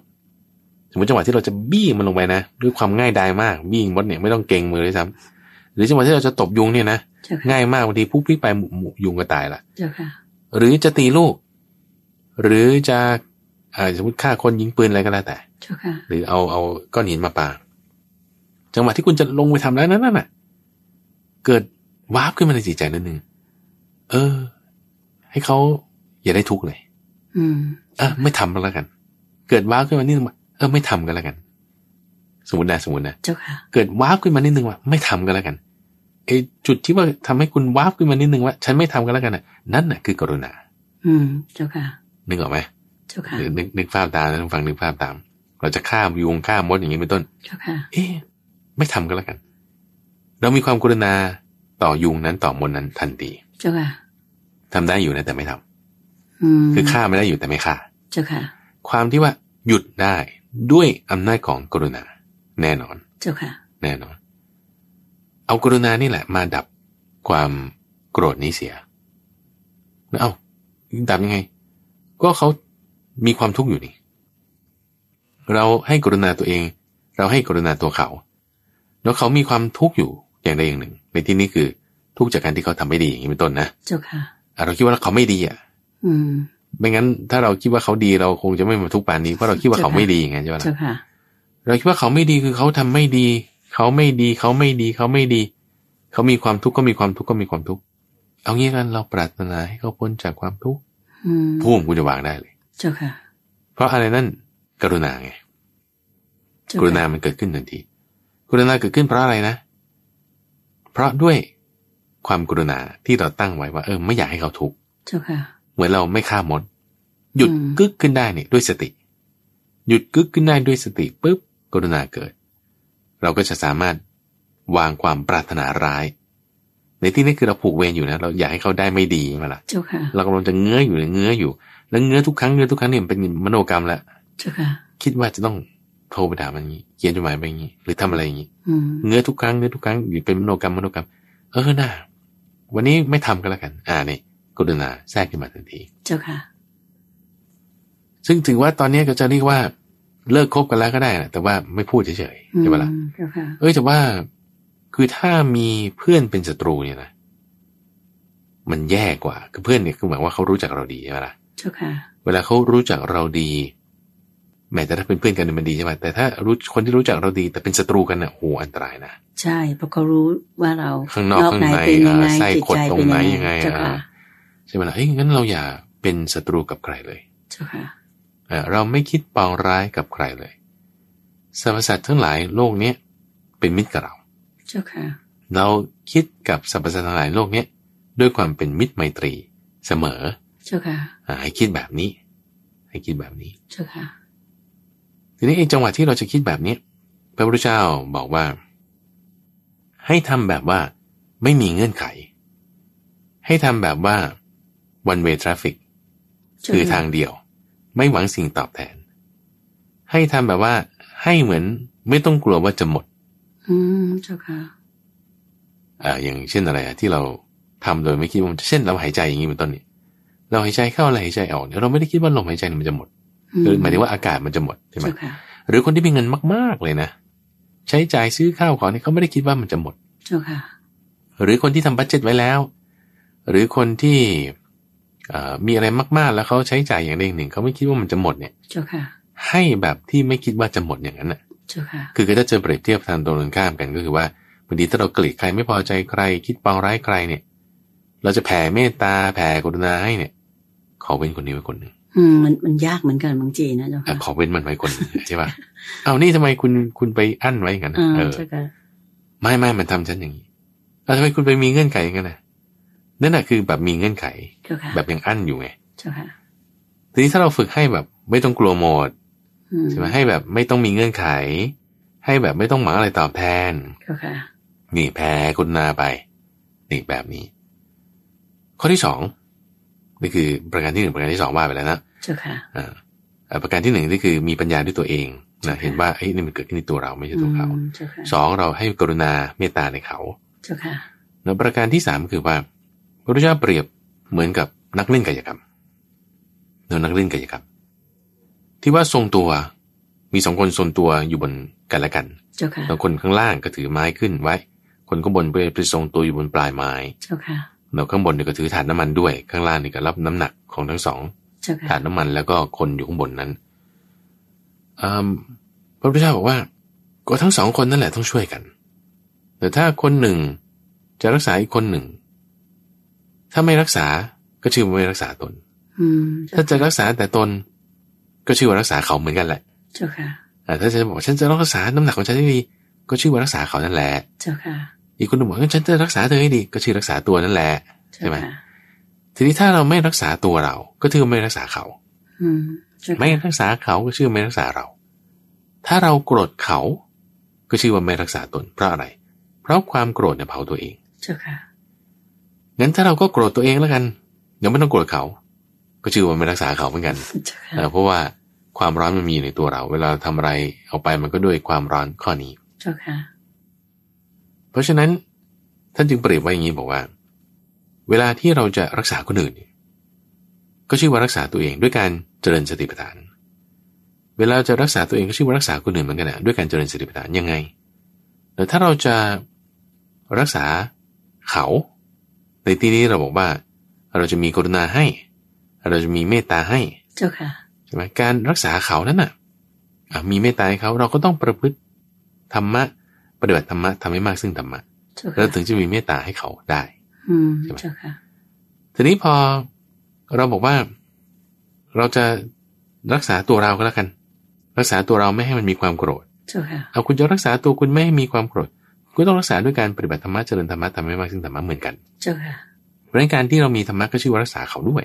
Speaker 2: สมมติจังหวะที่เราจะบี้มันลงไปนะด้วยความง่ายดายมากบี้มดเนี่ยไม่ต้องเกรงมือเลยซ้ำ รือจังหวะที่เราจะตบยุงเนี่ยนะ
Speaker 1: เจ้าค่ะ
Speaker 2: ง่ายมากบางทีปุ๊บพลิกไปหมู่หมู่ยุงก็ตายละ
Speaker 1: เจ้าค่ะ
Speaker 2: หรือจะตีลูก หรือจะอ่าสมมติฆ่าคนยิงปืนอะไรก็แล้วแต่
Speaker 1: เจ้าค่ะ
Speaker 2: หรือเอาเอาก้อนหินมาปาจังหวะที่คุณจะลงไปทำแล้วนั้นน่ะ เกิดวาร์ปขึ้นมาในจิตใจนิดนึงเออ ให้เขาอย่าได้ทุกข์เลย
Speaker 1: อืม
Speaker 2: เออไม่ทำก็แล้วกัน เกิดวาร์ปขึ้นมานิดนึงว่าเออไม่ทำก็แล้วกัน สมมตินะสมมตินะ
Speaker 1: เจ้าค่ะ
Speaker 2: เกิดวาร์ปขึ้นมานิดนึงว่าไม่ทำก็แล้วกันไอ้จุดที่ว่าทำให้คุณวาร์ปขึ้นมานิดนึงว่า ฉันไม่ทำก็แล้วกันน่ะนั่นน่ะคือกรุณา
Speaker 1: อืมเจ้าค่ะ
Speaker 2: นึกออกไหม
Speaker 1: เจ้าค่ะ
Speaker 2: หรือนึกนึกภาพตามนะท่านผู้ฟังนึกภาพตาม เราจะฆ่ายุงฆ่ามดอย่างนี้เป็นต้น
Speaker 1: เจ้าค่ะ
Speaker 2: เอ๊ะไม่ทำก็แล้วกัน เรามีความกรุณาต่อยุงนั้นต่อมดนั้นทันที
Speaker 1: เจ้าค่ะ
Speaker 2: ทำได้อยู่นะแต่ไม่ทำ
Speaker 1: อืม
Speaker 2: คือฆ่าไม่ได้อยู่แต่ไม่ฆ่า
Speaker 1: เจ้าค่ะ
Speaker 2: ความที่ว่าหยุดได้ด้วยอำนาจของกรุณา แน่นอน
Speaker 1: เจ้าค่ะ
Speaker 2: แน่นอน เอากรุณานี่แหละ มาดับความโกรธนี้เสียแล้วเอาดับยังไง ก็เขามีความทุกข์อยู่นี่ เราให้กรุณาตัวเอง เราให้กรุณาตัวเขา แล้วเขามีความทุกข์อยู่อย่างใดอย่างหนึ่ง ในที่นี้คือทุกข์จากการที่เขาทำไม่ดีอย่างนี้เป็นต้นนะ
Speaker 1: เจ้าค่ะ
Speaker 2: อ่ะเราคิดว่าเขาไม่ดีอ่ะ
Speaker 1: อืม
Speaker 2: ไม่งั้น ถ้าเราคิดว่าเขาดีเราคงจะไม่มาทุกข์ปานนี้เพราะเราคิดว่าเขาไม่ดีไงใช่ปะล่ะ
Speaker 1: เจ้าค่ะ
Speaker 2: เราคิดว่าเขาไม่ดีคือเขาทำไม่ดี เขาไม่ดีเขาไม่ดีเขาไม่ดี เขามีความทุกข์ก็มีความทุกข์ก็มีความทุกข์เอางี้กันเราปรารถนาให้เขาพ้นจากความทุกข์
Speaker 1: อืม
Speaker 2: พุ่มกูจะวางได้เลย
Speaker 1: เจ้าค่ะ
Speaker 2: เพราะอะไรนั่น กรุณาไง
Speaker 1: เจ้
Speaker 2: กรุณามันเกิดขึ้นทันที กรุณาเกิดขึ้นเพราะอะไรนะ เพราะด้วยความกรุณาที่เราตั้งไว้ว่า เออไม่อยากให้เขาทุกข์
Speaker 1: เจ้าค่ะ
Speaker 2: เหมือนเราไม่ฆ่ามด หยุด
Speaker 1: อืม
Speaker 2: กึกขึ้นได้เนี่ยด้วยสติ หยุดกึกขึ้นได้ด้วยสติปุ๊บกรุณาเกิด เราก็จะสามารถวางความปรารถนาร้าย ในที่นี้คือเราผูกเวรอยู่นะ เราอยากให้เขาได้ไม่ดีมาละ
Speaker 1: เจ้าค่ะ
Speaker 2: เรากำลังจะเงื้ออยู่เลยเงื้ออยู่ แล้วเงื้อทุกครั้งเงื้อทุกครั้งเนี่ยมันเป็นมโนกรรมแล้ว
Speaker 1: เจ้าค่ะ
Speaker 2: คิดว่าจะต้องโทรไปด่ามันอย่างงี้เขียนจดหมายไปอย่างงี้ หรือทำอะไรอย่างงี้
Speaker 1: อืม
Speaker 2: เงื้อทุกครั้งเงื้อทุกครั้งอยู่เป็นมโนกรรมมโนกรรม เออน่าวันนี้ไม่ทำก็แล้วกัน อ่านี่กรุณาแทรกขึ้นมาทันที
Speaker 1: เจ้าค่ะ
Speaker 2: ซึ่งถือว่าตอนนี้ก็จะเรียกว่าเลิกคบกันแล้วก็ได้นะแต่ว่าไม่พูดเฉย
Speaker 1: อืม
Speaker 2: ๆใช่ปะล่ะ
Speaker 1: เจ้าค่ะ
Speaker 2: เอ้ยแต่ว่าคือถ้ามีเพื่อนเป็นศัตรูเนี่ยนะมันแย่กว่าคือเพื่อนเนี่ยคือหมายว่าเขารู้จักเราดีใช่ปะล่ะ
Speaker 1: เจ้าค่ะ
Speaker 2: เวลาเขารู้จักเราดีแม้แต่ถ้าเป็นเพื่อนกันเนยมันดีใช่ไหมแต่ถ้ารู้คนที่รู้จักเราดี แต่เป็นศัตรูกันเนี่ยโหอันตรายนะ
Speaker 1: ใช่เพราะเขารู้ว่าเรา
Speaker 2: ข้างนอกข้างใน
Speaker 1: เป็นยังไง
Speaker 2: อ่าไส้
Speaker 1: จิต
Speaker 2: ขด
Speaker 1: ใจ
Speaker 2: ตรง
Speaker 1: เป็น
Speaker 2: ไหน
Speaker 1: ยังไง
Speaker 2: ยังไง
Speaker 1: เจ้าค่ะ
Speaker 2: อ่า ใช่ไหมล่ะเอ้ยงั้นเราอย่าเป็นศัตรูกับใครเลย
Speaker 1: เจ้าค่ะ
Speaker 2: เอ่อเราไม่คิดปองร้ายกับใครเลยสรรพสัตว์ทั้งหลายโลกเนี้ยเป็นมิตรกับเรา
Speaker 1: เจ้าค่ะ
Speaker 2: เราคิดกับสรรพสัตว์ทั้งหลายโลกเนี้ยด้วยความเป็นมิตรไมตรีเสมอ
Speaker 1: เจ้าค่ะ
Speaker 2: อ่าให้คิดแบบนี้ ให้คิดแบบนี้
Speaker 1: เจ้าค่ะ
Speaker 2: ทีนี้ไอ้จังหวะที่เราจะคิดแบบเนี้ยพระพุทธเจ้าบอกว่า ให้ทำแบบว่าไม่มีเงื่อนไข ให้ทำแบบว่า one way traffic
Speaker 1: เจ้า
Speaker 2: คือทางเดียว ไม่หวังสิ่งตอบแทน ให้ทำแบบว่าให้เหมือนไม่ต้องกลัวว่าจะหมด
Speaker 1: อืม เจ้าค่ะ
Speaker 2: อ่าอย่างเช่นอะไรอะที่เราทำโดยไม่คิดว่ามันจะเช่นเราหายใจอย่างนี้เป็นต้นเนี่ยเราหายใจเข้าเราหายใจออกเนี่ยเราไม่ได้คิดว่าลมหายใจมันจะหมด
Speaker 1: อืม
Speaker 2: คือหมายถึงว่าอากาศมันจะหมดใช่ไหม
Speaker 1: เจ้าค่ะ
Speaker 2: หรือคนที่มีเงินมาก ๆเลยนะ ใช้จ่ายซื้อข้าวของเนี่ยเขาไม่ได้คิดว่ามันจะหมด
Speaker 1: เจ้าค่ะ
Speaker 2: หรือคนที่ทำบัตเจ็ตไว้แล้ว หรือคนที่เอ่อมีอะไรมากๆ แล้วเขาใช้จ่ายอย่างใดอย่างหนึ่งเขาไม่คิดว่ามันจะหมดเนี่ย
Speaker 1: เจ้าค่ะ
Speaker 2: ให้แบบที่ไม่คิดว่าจะหมดอย่างนั้นน่ะ
Speaker 1: เจ้าค่ะ
Speaker 2: คือก็ถ้าเจอเปรียบเทียบทางตรงกันข้ามกันก็คือว่าบางทีถ้าเราเกลียดใครไม่พอใจใคร คิดปองร้ายใครเนี่ย เราจะแผ่เมตตาแผ่กรุณาให้เนี่ย ขอเว้นคนนี้ไว้คนหนึ่ง
Speaker 1: อืม มัน มันยากเหมือนกันบางทีนะเจ้า
Speaker 2: อ่ะ
Speaker 1: ค่ะ
Speaker 2: ขอเว้นมันไว้คนหนึ่งใช่ ปะเอานี่ทำไมคุณคุณไปอั้นไว้อย่างนั้น
Speaker 1: อ่า
Speaker 2: เออ
Speaker 1: เจ้าค่ะ
Speaker 2: ไม่ไม่มันทำฉันอย่างนี้แล้วทำไมคุณไปมีเงื่อนไขอย่างนั้นน่ะนั่นน่ะคือแบบมีเงื่อนไข
Speaker 1: เจ้าค่ะ
Speaker 2: แบบยังอั้นอยู่ไง
Speaker 1: เจ้าค่ะ
Speaker 2: ทีนี้ถ้าเราฝึกให้แบบ ไม่ต้องกลัวหมด
Speaker 1: อืม
Speaker 2: ใช่ไหมให้แบบไม่ต้องมีเงื่อนไข ให้แบบไม่ต้องหวังอะไรตอบแทน
Speaker 1: เจ้าค่ะ
Speaker 2: นี่แพ้คุณนาไปนี่แบบนี้ ข้อที่สองนี่คือประการที่หนึ่งประการที่สองว่าไปแล้วนะ
Speaker 1: เจ้าค่ะ
Speaker 2: อ่าเอ่อประการที่หนึ่งนี่คือมีปัญญาด้วยตัวเองนะเห็นว่าเอ้ยนี่มันเกิดขึ้นในตัวเราไม่ใช่ตัวเขา
Speaker 1: อืมเจ้าค่ะ
Speaker 2: สองเราให้กรุณาเมตตาในเขา
Speaker 1: เจ้าค่ะ
Speaker 2: แล้วประการที่สามคือว่าพระพุทธเจ้าเปรียบเหมือนกับนักเล่นกายกรรมเดี๋ยวนักเล่นกายกรรมที่ว่าทรงตัวมีสองคนทรงตัวอยู่บนกันและกัน
Speaker 1: เจ้าค่ะ
Speaker 2: แล้วคนข้างล่างก็ถือไม้ขึ้นไว้ คนข้างบนเพื่อไปทรงตัวอยู่บนปลายไม้
Speaker 1: เจ้าค่ะ
Speaker 2: เราข้างบนเนี่ยก็ถือถาดน้ำมันด้วย ข้างล่างเนี่ยก็รับน้ำหนักของทั้งสอง
Speaker 1: เจ้า
Speaker 2: ถา
Speaker 1: ค่ะ
Speaker 2: ดน้ำมันแล้วก็คนอยู่ข้างบนนั้นอืมพระพุทธเจ้าบอกว่า ก็ทั้งสองคนนั่นแหละต้องช่วยกัน แต่ถ้าคนหนึ่งจะรักษาอีกคนหนึ่ง ถ้าไม่รักษาก็ชื่อว่าไม่รักษาตน
Speaker 1: อืมเจ้า
Speaker 2: ถ้าจะรักษาแต่ตน ก็ชื่อว่ารักษาเขาเหมือนกันแหละ
Speaker 1: เจ้าค่ะ
Speaker 2: อ่าถ้าจะบอกว่าฉันจะรักษาน้ำหนักของฉันให้ดีก็ชื่อว่ารักษาเขานั่นแหละ
Speaker 1: เจ้าค่ะ
Speaker 2: อีกคนหนึ่งบอกว่าฉันจะรักษาเธอให้ดี ก็ชื่อรักษาตัวนั่นแหละ
Speaker 1: เจ้า
Speaker 2: ใช่ไหม
Speaker 1: ค่ะ
Speaker 2: ทีนี้ถ้าเราไม่รักษาตัวเรา ก็ถือว่าไม่รักษาเขา
Speaker 1: อืมเจ้าค่ะ
Speaker 2: ไม่รักษาเขาก็ชื่อไม่รักษาเรา ถ้าเราโกรธเขา ก็ชื่อว่าไม่รักษาตน เพราะอะไร เพราะความโกรธเนี่ยเผาตัวเอง
Speaker 1: เจ้าค่ะ
Speaker 2: งั้นถ้าเราก็โกรธตัวเองแล้วกัน เดี๋ยวไม่ต้องโกรธเขา ก็ชื่อว่าไม่รักษาเขาเหมือนกัน
Speaker 1: เจ้า
Speaker 2: เอ
Speaker 1: ค่ะ
Speaker 2: อเพราะว่าความร้อนมันมีอยู่ในตัวเรา เวลาทำอะไรออกไปมันก็ด้วยความร้อนข้อนี้
Speaker 1: เจ้าค่ะ
Speaker 2: เพราะฉะนั้นท่านจึงเปรียบไว้อย่างนี้บอกว่า เวลาที่เราจะรักษาคนอื่นเนี่ยก็ชื่อว่ารักษาตัวเองด้วยการเจริญสติปัฏฐาน เวลาจะรักษาตัวเองก็ชื่อว่ารักษาคนอื่นเหมือนกันนะด้วยการเจริญสติปัฏฐานยังไงแต่ถ้าเราจะรักษาเขา ในที่นี้เราบอกว่า เราจะมีกรุณาให้ เราจะมีเมตตาให้
Speaker 1: เจ้าค่ะ
Speaker 2: ใช่ไหมการรักษาเขานั้นน่ะอ่ะมีเมตตาให้เขาเราก็ต้องประพฤติธรรมะปฏิบัติธรรมะทำให้มากซึ่งธรรมะ
Speaker 1: เจ้าค่ะ
Speaker 2: เราถึงจะมีเมตตาให้เขาได้
Speaker 1: อืม
Speaker 2: ใช่ไหม
Speaker 1: เจ้าค่ะ
Speaker 2: ทีนี้พอเราบอกว่า เราจะรักษาตัวเราก็แล้วกัน รักษาตัวเราไม่ให้มันมีความโกรธ
Speaker 1: เจ้าค่ะ
Speaker 2: เอาคุณจะรักษาตัวคุณไม่ให้มีความโกรธคุณต้องรักษาด้วยการปฏิบัติธรรมะเจริญธรรมะทำให้มากซึ่งธรรมะเหมือนกัน
Speaker 1: เจ้าค่ะ
Speaker 2: เพราะฉะนั้นการที่เรามีธรรมะก็ชื่อว่ารักษาเขาด้วย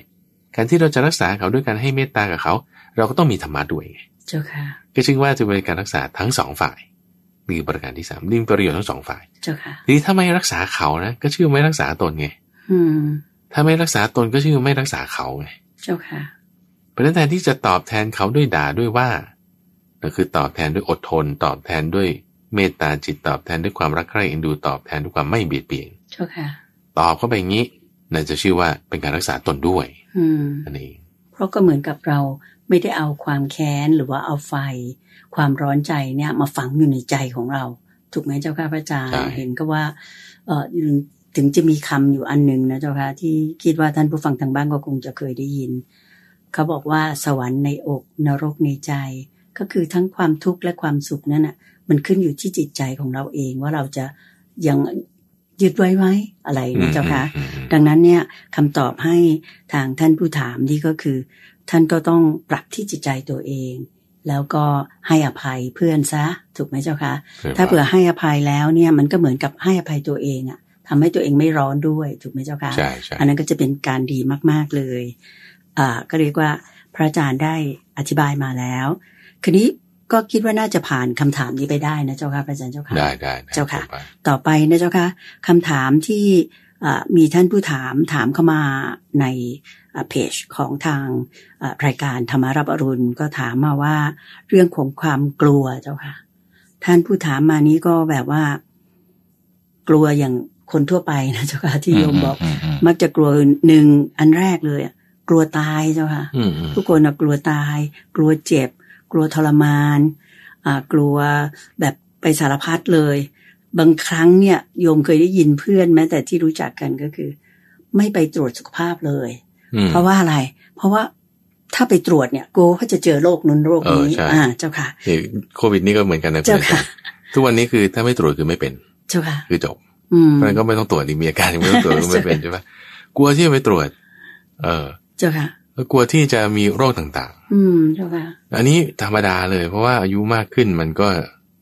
Speaker 2: การที่เราจะรักษาเขาด้วยการให้เมตตากับเขา เราก็ต้องมีธรรมะด้วยไง
Speaker 1: เจ้าค่ะ
Speaker 2: ก็ชื่อว่าจะเป็นการรักษาทั้งสองฝ่ายนี่คือประการที่สามนี่มีประโยชน์ทั้งสองฝ่าย
Speaker 1: เจ้าค่ะ
Speaker 2: ทีนี้ถ้าไม่รักษาเขานะก็ชื่อไม่รักษาตนไง
Speaker 1: อืม
Speaker 2: ถ้าไม่รักษาตนก็ชื่อไม่รักษาเขาไง
Speaker 1: เจ้าค่ะ
Speaker 2: เพราะฉะนั้นแทนที่จะตอบแทนเขาด้วยด่าด้วยว่าก็คือตอบแทนด้วยอดทน ตอบแทนด้วยเมตตาจิตตอบแทนด้วยความรักใคร่เอ็นดูตอบแทนด้วยความไม่เบียดเบียน
Speaker 1: เจ้าค่ะ
Speaker 2: ตอบเข้าไปอย่างนี้นั่นจะชื่อว่าเป็นการรักษาตนด้วย
Speaker 1: อืม
Speaker 2: นั่นเอง
Speaker 1: เพราะก็เหมือนกับเราไม่ได้เอาความแค้นหรือว่าเอาไฟ ความร้อนใจเนี่ยมาฝังอยู่ในใจของเรา ถูกไหมเจ้าค่ะพระอาจารย์เห็นก็ว่าเออถึงจะมีคำอยู่อันหนึ่งนะเจ้าค่ะที่คิดว่าท่านผู้ฟังทางบ้านก็คงจะเคยได้ยิน เขาบอกว่าสวรรค์ในอกนรกในใจ ก็คือทั้งความทุกข์และความสุขนั่นน่ะมันขึ้นอยู่ที่จิตใจของเราเองว่าเราจะยังยึดไว้ไหมอะไรนะเจ้าค่ะ
Speaker 2: อืมอืมอืม
Speaker 1: ดังนั้นเนี่ยคำตอบให้ทางท่านผู้ถามนี่ก็คือ ท่านก็ต้องปรับที่จิตใจตัวเอง แล้วก็ให้อภัยเพื่อนซะ ถูกไหมเจ้าคะถ้าเผื่อให้อภัยแล้วเนี่ยมันก็เหมือนกับให้อภัยตัวเองอะทำให้ตัวเองไม่ร้อนด้วยถูกไหมเจ้าคะ
Speaker 2: ใช่ใช่
Speaker 1: อันนั้นก็จะเป็นการดีมาก ๆ เลย อ่า ก็เรียกว่าพระอาจารย์ได้อธิบายมาแล้ว คืนนี้ก็คิดว่าน่าจะผ่านคำถามนี้ไปได้นะเจ้าค่ะพระอาจารย์เจ้าค่ะ
Speaker 2: ได้ได้ได้
Speaker 1: เจ้าค่ะ
Speaker 2: ถูกป
Speaker 1: ต่อไปนะเจ้าค่ะคำถามที่เอ่อมีท่านผู้ถามถามเข้ามาในเอ่อเพจของทางเอ่อรายการธรรมารับอรุณก็ถามมาว่า เรื่องของความกลัวเจ้าค่ะ ท่านผู้ถามมานี้ก็แบบว่า กลัวอย่างคนทั่วไปนะเจ้าค่ะที่โยมบอก มักจะกลัวหนึ่งอันแรกเลยอะกลัวตายเจ้าค่ะ
Speaker 2: อืมอืม
Speaker 1: ทุกคนนะกลัวตาย กลัวเจ็บ กลัวทรมานอ่ากลัวแบบไปสารพัดเลย บางครั้งเนี่ยโยมเคยได้ยินเพื่อนแม้แต่ที่รู้จักกันก็คือ ไม่ไปตรวจสุขภาพเลย
Speaker 2: อืม
Speaker 1: เพราะว่าอะไร เพราะว่าถ้าไปตรวจเนี่ยกลัวว่าจะเจอโรคนั้นโรคนี้
Speaker 2: เออใช่
Speaker 1: อ่าเจ้าค่ะ
Speaker 2: เดี๋ยวโควิดนี่ก็เหมือนกันนะ
Speaker 1: เจ้า
Speaker 2: ณอ
Speaker 1: ค่ะ
Speaker 2: รย์ทุกวันนี้คือถ้าไม่ตรวจคือไม่เป็น
Speaker 1: เจ้าค่ะ
Speaker 2: คือจบ
Speaker 1: อืม
Speaker 2: เพราะฉะนั้นก็ไม่ต้องตรวจดิมีอาการยังไม่ต้องตรวจก็ไม่เป็นใช่ปะกลัวที่จะไปตรวจ เออ
Speaker 1: เจ้าค่ะ
Speaker 2: แล้วกลัวที่จะมีโรคต่าง
Speaker 1: อืมเจ้าค่ะ
Speaker 2: ๆ อันนี้ธรรมดาเลย เพราะว่าอายุมากขึ้นมันก็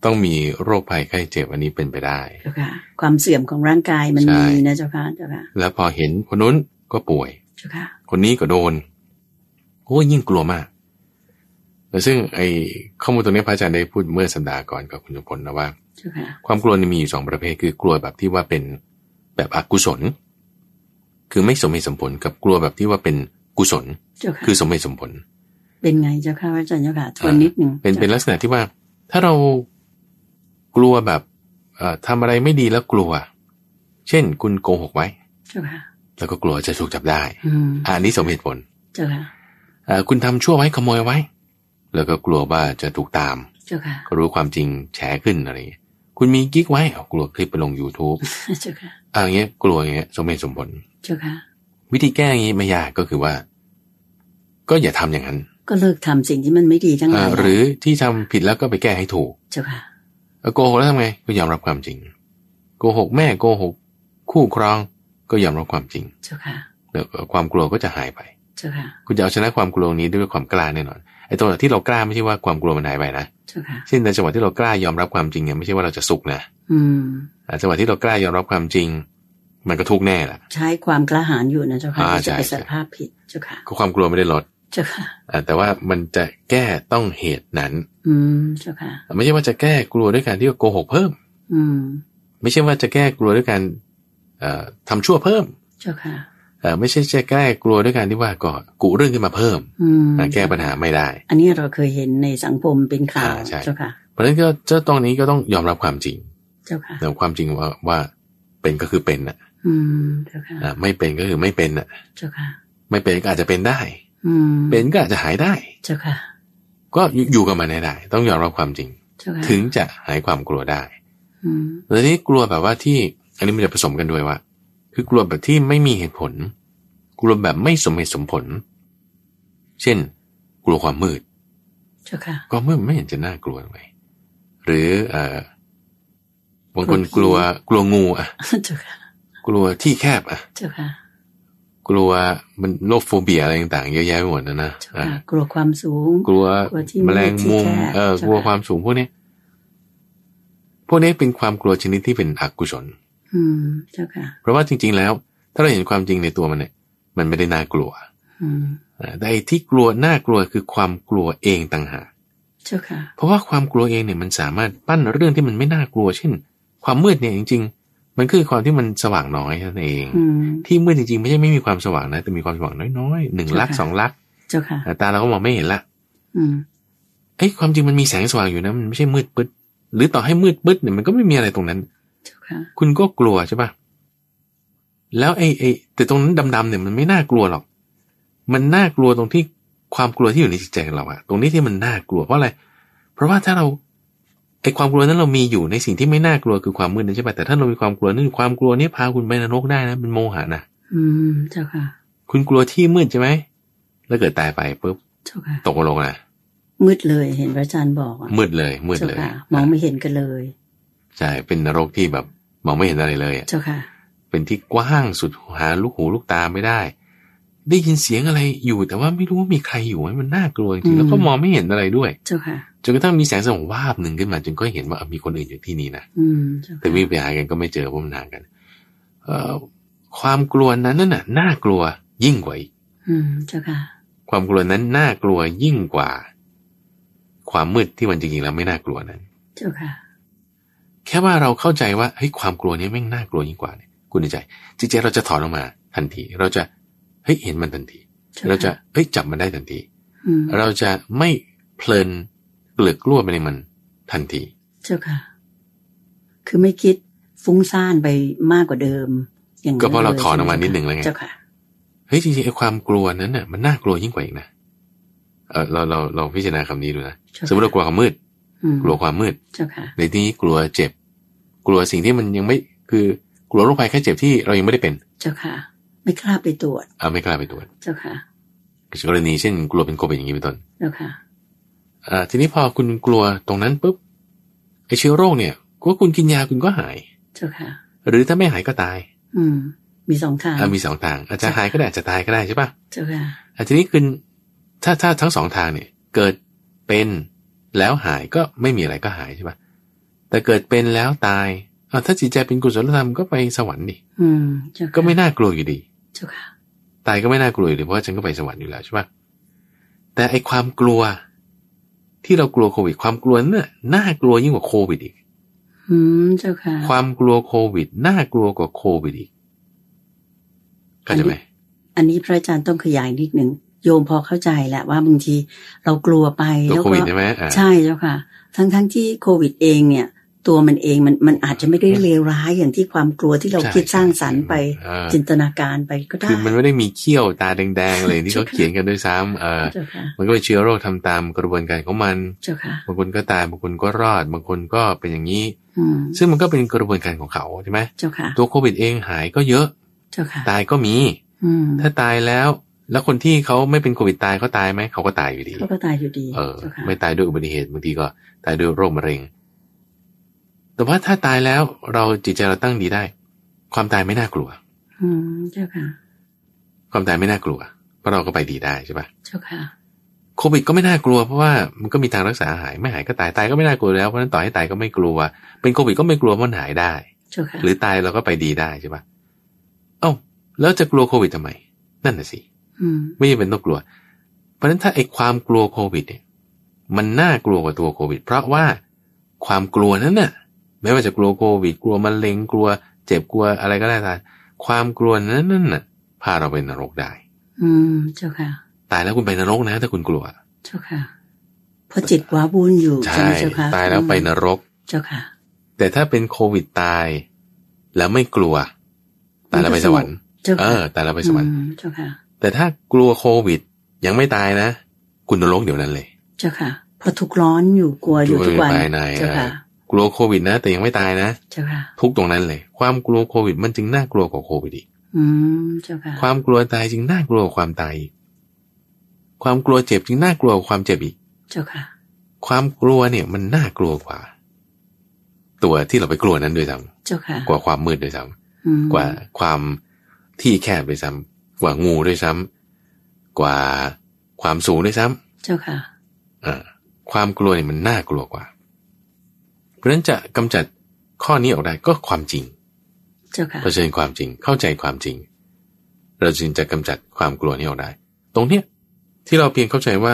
Speaker 2: ต้องมีโรคภัยไข้เจ็บอันนี้เป็นไปได้
Speaker 1: เจ้าค่ะ ความเสื่อมของร่างกายมัน
Speaker 2: ใช่
Speaker 1: มีนะเจ้าค่ะ เจ้าค่ะ
Speaker 2: แล้วพอเห็นคนนู้นก็ป่วย
Speaker 1: เจ้าค่ะ
Speaker 2: คนนี้ก็โดนโอ้ยยิ่งกลัวมาก แล้วซึ่งไอ้ข้อมูลตรงนี้พระอาจารย์ได้พูดเมื่อสัปดาห์ก่อนกับคุณจุมพลนะว่า
Speaker 1: เจ้าค่ะ
Speaker 2: ความกลัวเนี่ยมีอยู่สองประเภทคือกลัวแบบที่ว่าเป็นแบบอกุศล คือไม่สมเหตุสมผลกับกลัวแบบที่ว่าเป็นกุศล
Speaker 1: เจ้าค่ะ
Speaker 2: คือสมเหตุสมผล
Speaker 1: เป็นไงเจ้าค่ะพระอาจารย์เจ้าค่ะทวน
Speaker 2: อ่านิ
Speaker 1: นิดหนึ่ง
Speaker 2: เป็นเป็นลักษณะที่ว่า ถ้าเรากลัวแบบเอ่อทำอะไรไม่ดีแล้วกลัว เช่น คุณโกหกไว้
Speaker 1: เจ้าค่ะ
Speaker 2: แล้วก็กลัวจะถูกจับได้
Speaker 1: อืม
Speaker 2: อะอันนี้สมเหตุผล
Speaker 1: เจ้าค่ะ
Speaker 2: เอ่อคุณทำชั่วไว้ขโมยไว้ แล้วก็กลัวว่าจะถูกตาม
Speaker 1: เจ้าค่ะ
Speaker 2: รู้ความจริงแฉขึ้นอะไรอย่างเงี้ย คุณมีกิ๊กไว้เอากลัวคลิปไปลง YouTube
Speaker 1: เจ้าค่ะ
Speaker 2: อ่ะอย่างเงี้ยกลัวอย่างเงี้ยสมเหตุสมผล
Speaker 1: เจ้าค่ะ
Speaker 2: วิธีแก้อย่างงี้ไม่ยากก็คือว่า ก็อย่าทำอย่างนั้น
Speaker 1: ก็เลิกทำสิ่งที่มันไม่ดีทั้งห
Speaker 2: เอ่
Speaker 1: ลา
Speaker 2: อยหรือที่ทำผิดแล้วก็ไปแก้ให้ถูก
Speaker 1: เจ้าค่ะ
Speaker 2: เอ่อโกหกแล้วทำไงก็ยอมรับความจริง โกหกแม่โกหก คู่ครองก็ยอมรับความจริง
Speaker 1: เจ้าค่ะ
Speaker 2: แล้วความกลัวก็จะหายไป
Speaker 1: เจ้าค่ะ
Speaker 2: คุณจะเอาชนะความกลัวนี้ด้วยความกล้าแน่นอนไอ้ตรงที่เรากล้าไม่ใช่ว่าความกลัวมันหายไปนะ
Speaker 1: เจ้าค่ะ
Speaker 2: เช่นในจังหวะที่เรากล้ายอมรับความจริงเนี่ยไม่ใช่ว่าเราจะสุขนะ
Speaker 1: อืม
Speaker 2: อ่าจังหวะที่เรากล้ายอมรับความจริง มันก็ทุกข์แน่แหละ
Speaker 1: ใช้ความกล้าหาญอยู่นะเจ้าค่ะ
Speaker 2: อ่า
Speaker 1: ที่จะไป
Speaker 2: ใช่
Speaker 1: สารภาพผิดเจ้าค่ะ
Speaker 2: ก็ความกลัวไม่ได้ลด
Speaker 1: เจ้าค่ะ
Speaker 2: อ่าแต่ว่ามันจะแก้ต้องเหตุนั้น
Speaker 1: อืม เจ้าค่ะ
Speaker 2: ไม่ใช่ว่าจะแก้กลัวด้วยการที่โกหกเพิ่ม
Speaker 1: อืม
Speaker 2: ไม่ใช่ว่าจะแก้กลัวด้วยการเอ่อทำชั่วเพิ่ม
Speaker 1: เจ้าค่ะ
Speaker 2: เอ่อไม่ใช่จะแก้กลัวด้วยการที่ว่าก็กุเรื่องขึ้นมาเพิ่ม
Speaker 1: อืม
Speaker 2: อ่ะแก้ปัญหาไม่ได้
Speaker 1: อันนี้เราเคยเห็นในสังคมเป็นข่าว
Speaker 2: อ่าใช่
Speaker 1: เจ้าค่ะ
Speaker 2: เพราะฉะนั้นก็เจ้าตรงนี้ก็ต้องยอมรับความจริง
Speaker 1: เจ้าค่ะ
Speaker 2: แต่ความจริงว่าว่าเป็นก็คือเป็นนะ
Speaker 1: อืม เจ้าค่ะ
Speaker 2: อ่ะไม่เป็นก็คือไม่เป็นนะ
Speaker 1: เจ้าค่ะ
Speaker 2: ไม่เป็นก็อาจจะเป็นได้
Speaker 1: อืม
Speaker 2: เป็นก็อาจจะหายได้
Speaker 1: เจ้าค่ะ
Speaker 2: ก็อยู่อยู่กับมันให้ได้ ต้องยอมรับความจริง
Speaker 1: เจ้าค่ะ
Speaker 2: ถึงจะหายความกลัวได้
Speaker 1: อืม
Speaker 2: แล้วนี่กลัวแบบว่าที่อันนี้มันจะผสมกันด้วยว่า คือกลัวแบบที่ไม่มีเหตุผล กลัวแบบไม่สมเหตุสมผล เช่น กลัวความมืด
Speaker 1: เจ้าค่ะ
Speaker 2: ความมืดไม่เห็นจะน่ากลัวเลยหรือเอ่อบางคนกลัวกลัวงูอะ
Speaker 1: เจ้าค่ะ
Speaker 2: กลัวที่แคบอะ
Speaker 1: เจ้าค่ะ
Speaker 2: กลัวมันโรคโฟเบียอะไรต่างๆเยอะแยะไปหมดนะนะ
Speaker 1: เจ้า
Speaker 2: อ่ะ
Speaker 1: ค่ะ กลัวความสูง
Speaker 2: กลัว
Speaker 1: กลัวที่
Speaker 2: แมลงมุม
Speaker 1: ที่แคบ
Speaker 2: เออ
Speaker 1: ใช่ไหม
Speaker 2: กลัวความสูงพวกเนี้ยพวกนี้เป็นความกลัวชนิดที่เป็นอกุศล
Speaker 1: อืม เจ้าค่ะ
Speaker 2: เพราะว่าจริงๆ แล้ว ถ้าเราเห็นความจริงในตัวมันเนี่ยมันไม่ได้น่ากลัว
Speaker 1: อืม
Speaker 2: อ่าแต่ไอ้ที่กลัวน่ากลัวคือความกลัวเองต่างหาก
Speaker 1: เจ้าค่ะ
Speaker 2: เพราะว่าความกลัวเองเนี่ยมันสามารถปั้นเรื่องที่มันไม่น่ากลัว เช่น ความมืดเนี่ยจริง ๆ มันคือความที่มันสว่างน้อยนั่นเอง
Speaker 1: อืม
Speaker 2: ที่มืดจริงๆ ไม่ใช่ไม่มีความสว่างนะ แต่มีความสว่างน้อยๆหนึ่งลักษณ์
Speaker 1: ใช่ค่ะ
Speaker 2: สองลักษณ์
Speaker 1: เจ้าค่ะ
Speaker 2: อ่าตาเราก็มองไม่เห็นละ
Speaker 1: อืม
Speaker 2: เอ้ยความจริงมันมีแสงสว่างอยู่นะมันไม่ใช่มืดปึ๊ดหรือต่อให้มืดปึ๊ดเนี่ยมันก็ไม่มีอะไรตรงนั้น
Speaker 1: เจ้าค่ะ
Speaker 2: คุณก็กลัวใช่ปะแล้วไอ้ไอ้แต่ตรงนั้นดำๆเนี่ยมันไม่น่ากลัวหรอก มันน่ากลัวตรงที่ความกลัวที่อยู่ในจิตใจของเราอะตรงนี้ที่มันน่ากลัวเพราะอะไร เพราะว่าถ้าเราไอ้ความกลัวนั้นเรามีอยู่ในสิ่งที่ไม่น่ากลัวคือความมืดนั่นใช่ปะแต่ถ้าเรามีความกลัวนั่นความกลัวนี้พาคุณไปนรกได้นะเป็นโมหะนะ
Speaker 1: อืม เจ้าค่ะ
Speaker 2: คุณกลัวที่มืดใช่ไหมแล้วเกิดตายไปปุ๊บ
Speaker 1: เจ้าค่ะ
Speaker 2: ตกนรกนะ
Speaker 1: มืดเลยเห็นพระอาจารย์บอกอะ
Speaker 2: มืดเลยมืด
Speaker 1: เจ้า
Speaker 2: เลย
Speaker 1: ค่ะ มองไม่เห็นกันเลย
Speaker 2: ใช่เป็นนรกที่แบบมองไม่เห็นอะไรเลยอะ
Speaker 1: เจ้าค่ะ
Speaker 2: เป็นที่กว้างสุดหาลูกหูลูกตาไม่ได้ ได้ยินเสียงอะไรอยู่ แต่ว่าไม่รู้ว่ามีใครอยู่ไหมมันน่ากลัวจ
Speaker 1: อื
Speaker 2: ริง
Speaker 1: ม
Speaker 2: ๆแล้วก็มองไม่เห็นอะไรด้วย
Speaker 1: เจ้าค่ะ
Speaker 2: จนกระทั่งมีแสงสว่างวาบหนึ่งขึ้นมาจนก็เห็นว่าอ่ะมีคนอื่นอยู่ที่นี่นะ
Speaker 1: อืม เจ้า
Speaker 2: แต่
Speaker 1: ค่ะ
Speaker 2: วิ่งไปหากันก็ไม่เจอเพราะมันห่างกัน เอ่อความกลัวนั้นน่ะน่ากลัวยิ่งกว่าอีก
Speaker 1: อืม เจ้าค่ะ
Speaker 2: ความกลัวนั้นน่ากลัวยิ่งกว่า ความมืดที่มันจริงๆแล้วไม่น่ากลัวนั้น
Speaker 1: เจ้าค่ะ
Speaker 2: แค่ว่าเราเข้าใจว่าเฮ้ยความกลัวเนี้แม่งน่ากลัวยิ่งกว่าเนี่ยคุณในใจจิตใจเราจะถอนออกมาทันที เราจะเฮ้ยเห็นมันทันที เราจะเอ้ยจับมันได้ทันที
Speaker 1: อืม
Speaker 2: เราจะไม่เพลินเกลือกกลัวไปในมันทันที
Speaker 1: เจ้าค่ะ คือไม่คิดฟุ้งซ่านไปมากกว่าเดิม อย่างนั้น
Speaker 2: ก็เพราะเรา
Speaker 1: ลย
Speaker 2: ถอนออกมา
Speaker 1: ใช่
Speaker 2: นิด
Speaker 1: ห
Speaker 2: นึงแล้วไง
Speaker 1: เจ้าค่ะ
Speaker 2: เฮ้ยจริงๆไอ้ความกลัวนั้นน่ะมันน่ากลัวยิ่งกว่าอีกนะเออเราเราเราพิจารณาคำนี้ดูนะ
Speaker 1: เจ้าค่ะ
Speaker 2: สมมติเรากลัวความมืด
Speaker 1: อืม
Speaker 2: กลัวความมืด
Speaker 1: เจ้าค่ะ
Speaker 2: ในที่นี้กลัวเจ็บ กลัวสิ่งที่มันยังไม่คือกลัวโรคภัยแค่เจ็บที่เรายังไม่ได้เป็น
Speaker 1: เจ้าค่ะ ไม่กล้าไปตรวจ
Speaker 2: เอาไม่กล้าไปตรวจ
Speaker 1: เจ้าค่ะ
Speaker 2: กรณีเช่นกลัวเป็นโควิดอย่างนี้เป็นต้น
Speaker 1: เจ้าค่ะ
Speaker 2: อ่าทีนี้พอคุณกลัวตรงนั้นปุ๊บไอเชื้อโรคเนี่ยก็คุณกินยาคุณก็หาย
Speaker 1: เจ้าค่ะ
Speaker 2: หรือถ้าไม่หายก็ตาย
Speaker 1: อืม มีสองทาง
Speaker 2: อ่ามีสองทาง อาจจะหายก็ได้อาจจะตายก็ได้ใช่ปะ
Speaker 1: เจ้าค่ะ
Speaker 2: อาทีนี้คุณถ้าถ้าทั้งสองทางเนี่ย เกิดเป็นแล้วหายก็ไม่มีอะไรก็หายใช่ปะแต่เกิดเป็นแล้วตายอ่าถ้าจิตใจเป็นกุศลธรรมก็ไปสวรรค์ดิ
Speaker 1: อืม เจ้าค่ะ
Speaker 2: ก็ไม่น่ากลัวอยู่ดี
Speaker 1: เจ้าค่ะ
Speaker 2: ตายก็ไม่น่ากลัวอยู่ดีเพราะว่าฉันก็ไปสวรรค์อยู่แล้วใช่ปะแต่ไอความกลัว ที่เรากลัวโควิด ความกลัวนั่นน่ะน่ากลัวยิ่งกว่าโควิดอีก
Speaker 1: อืม เจ้าค่ะ
Speaker 2: ความกลัวโควิดน่ากลัวกว่าโควิดอีกเข้าใจไหม
Speaker 1: อันนี้พระอาจารย์ต้องขยายนิดหนึ่งโยมพอเข้าใจแหละว่าบางทีเรากลัวไป
Speaker 2: ตัว
Speaker 1: แล้ว
Speaker 2: โค
Speaker 1: ก็
Speaker 2: วิดใช่ไหมอ่า
Speaker 1: ใช่เจ้าค่ะ ทั้งทั้งที่โควิดเองเนี่ย ตัวมันเองมันมันอาจจะไม่ได้เลวร้ายอย่างที่ความกลัวที่เรา
Speaker 2: ใช่
Speaker 1: คิดสร้างสรรค์ไป
Speaker 2: เออ
Speaker 1: จินตนาการไปก็ได้
Speaker 2: คือมันไม่ได้มีเขี้ยวตาแดงๆเลย ที่เขาเขียนกันด้วยซ้ำเออ
Speaker 1: เจ้าค่ะ
Speaker 2: มันก็เป็นเชื้อโรคทำตามกระบวนการของมัน
Speaker 1: เจ้าค่ะ
Speaker 2: บางคนก็ตายบางคนก็รอด บางคนก็เป็นอย่างนี้
Speaker 1: อืม
Speaker 2: ซึ่งมันก็เป็นกระบวนการของเขาใช่ไหม
Speaker 1: เจ้าค่ะ
Speaker 2: ตัวโควิดเองหายก็เยอะ
Speaker 1: เจ้าค่ะ
Speaker 2: ตายก็มี
Speaker 1: อืม
Speaker 2: ถ้าตายแล้ว แล้วคนที่เขาไม่เป็นโควิดตายเขาตายไหมเขาก็ตายอยู่ดี
Speaker 1: เขาก็ตายอยู่ดี
Speaker 2: เออ
Speaker 1: เจ้าค่ะ
Speaker 2: ไม่ตายด้วยอุบัติเหตุบางทีก็ตายด้วยโรคมะเร็ง แต่ว่าถ้าตายแล้วเราจิตใจเราตั้งดีได้ ความตายไม่น่ากลัว
Speaker 1: อืมเจ้าค่ะ
Speaker 2: ความตายไม่น่ากลัว เพราะเราก็ไปดีได้ใช่ปะ
Speaker 1: เจ้าค่ะ
Speaker 2: โควิดก็ไม่น่ากลัวเพราะว่ามันก็มีทางรักษาหายไม่หายก็ตายตายก็ไม่น่ากลัวแล้วเพราะฉะนั้นต่อให้ตายก็ไม่กลัว เป็นโควิดก็ไม่กลัวเพราะมันหายได้
Speaker 1: เจ้าค่ะ
Speaker 2: หรือตายเราก็ไปดีได้ใช่ปะเอ้าแล้วจะกลัวโควิดทำไม นั่นน่ะสิ
Speaker 1: ม
Speaker 2: ไม่จำเป็นต้องกลัว เพราะฉะนั้นถ้าไอ้ความกลัวโควิดเนี่ยมันน่ากลัวกว่าตัวโควิด เพราะว่าความกลัวนั้นน่ะไม่ว่าจะกลัวโควิด กลัวมะเร็งกลัว เจ็บกลัวอะไรก็ได้แต่ความกลัวนั้นน่ะพาเราไปนรกได้
Speaker 1: อืมเจ้าค่ะ
Speaker 2: ตายแล้วคุณไปนรกนะ ถ้าคุณกลัว
Speaker 1: เจ้าค่ะเพราะจิตว้าวุ่นอยู่ใช่ไหมเจ้าค่ะ
Speaker 2: ตายแล้วไปนรก
Speaker 1: เจ้าค่ะ
Speaker 2: แต่ถ้าเป็นโควิดตาย แล้วไม่กลัว ตายแล้วไปสวรรค์
Speaker 1: เจ้า
Speaker 2: เอ
Speaker 1: ค่ะ
Speaker 2: อตายแล้วไปสวรรค์
Speaker 1: อืมเจ้าค่ะ
Speaker 2: แต่ถ้ากลัวโควิด ยังไม่ตายนะ คุณนรกเดี๋ยวนั้นเลย
Speaker 1: เจ้าค่ะเพราะทุกข์ร้อนอยู่กลัวอยู่ทุกวัน
Speaker 2: กลัวอยู่ภายใน
Speaker 1: เจ้าค่ะ
Speaker 2: กลัวโควิดนะ แต่ยังไม่ตายนะ
Speaker 1: เจ้าค่ะ
Speaker 2: ทุกตรงนั้นเลย ความกลัวโควิดมันจึงน่ากลัวกว่าโควิดอีก
Speaker 1: อืมเจ้าค่ะ
Speaker 2: ความกลัวตายจึงน่ากลัวกว่าความตายอีกความกลัวเจ็บจึงน่ากลัวกว่าความเจ็บอีก
Speaker 1: เจ้าค่ะ
Speaker 2: ความกลัวเนี่ยมันน่ากลัวกว่า ตัวที่เราไปกลัวนั้นด้วยซ้
Speaker 1: เจ้าค่ะ
Speaker 2: ำกว่าความมืดด้วยซ้
Speaker 1: อืม
Speaker 2: ำกว่าความที่แคบด้วยซ้ำกว่างูด้วยซ้ำกว่าความสูงด้วยซ้
Speaker 1: เจ้าค่ะ
Speaker 2: ำอ่าความกลัวเนี่ยมันน่ากลัวกว่า เพราะฉะนั้นจะกำจัดข้อนี้ออกได้ก็ความจริง
Speaker 1: เจ้าค่ะ
Speaker 2: เผชิญความจริงเข้าใจความจริง เราจึงจะกำจัดความกลัวนี้ออกได้ ตรงเนี้ยที่เราเพียงเข้าใจว่า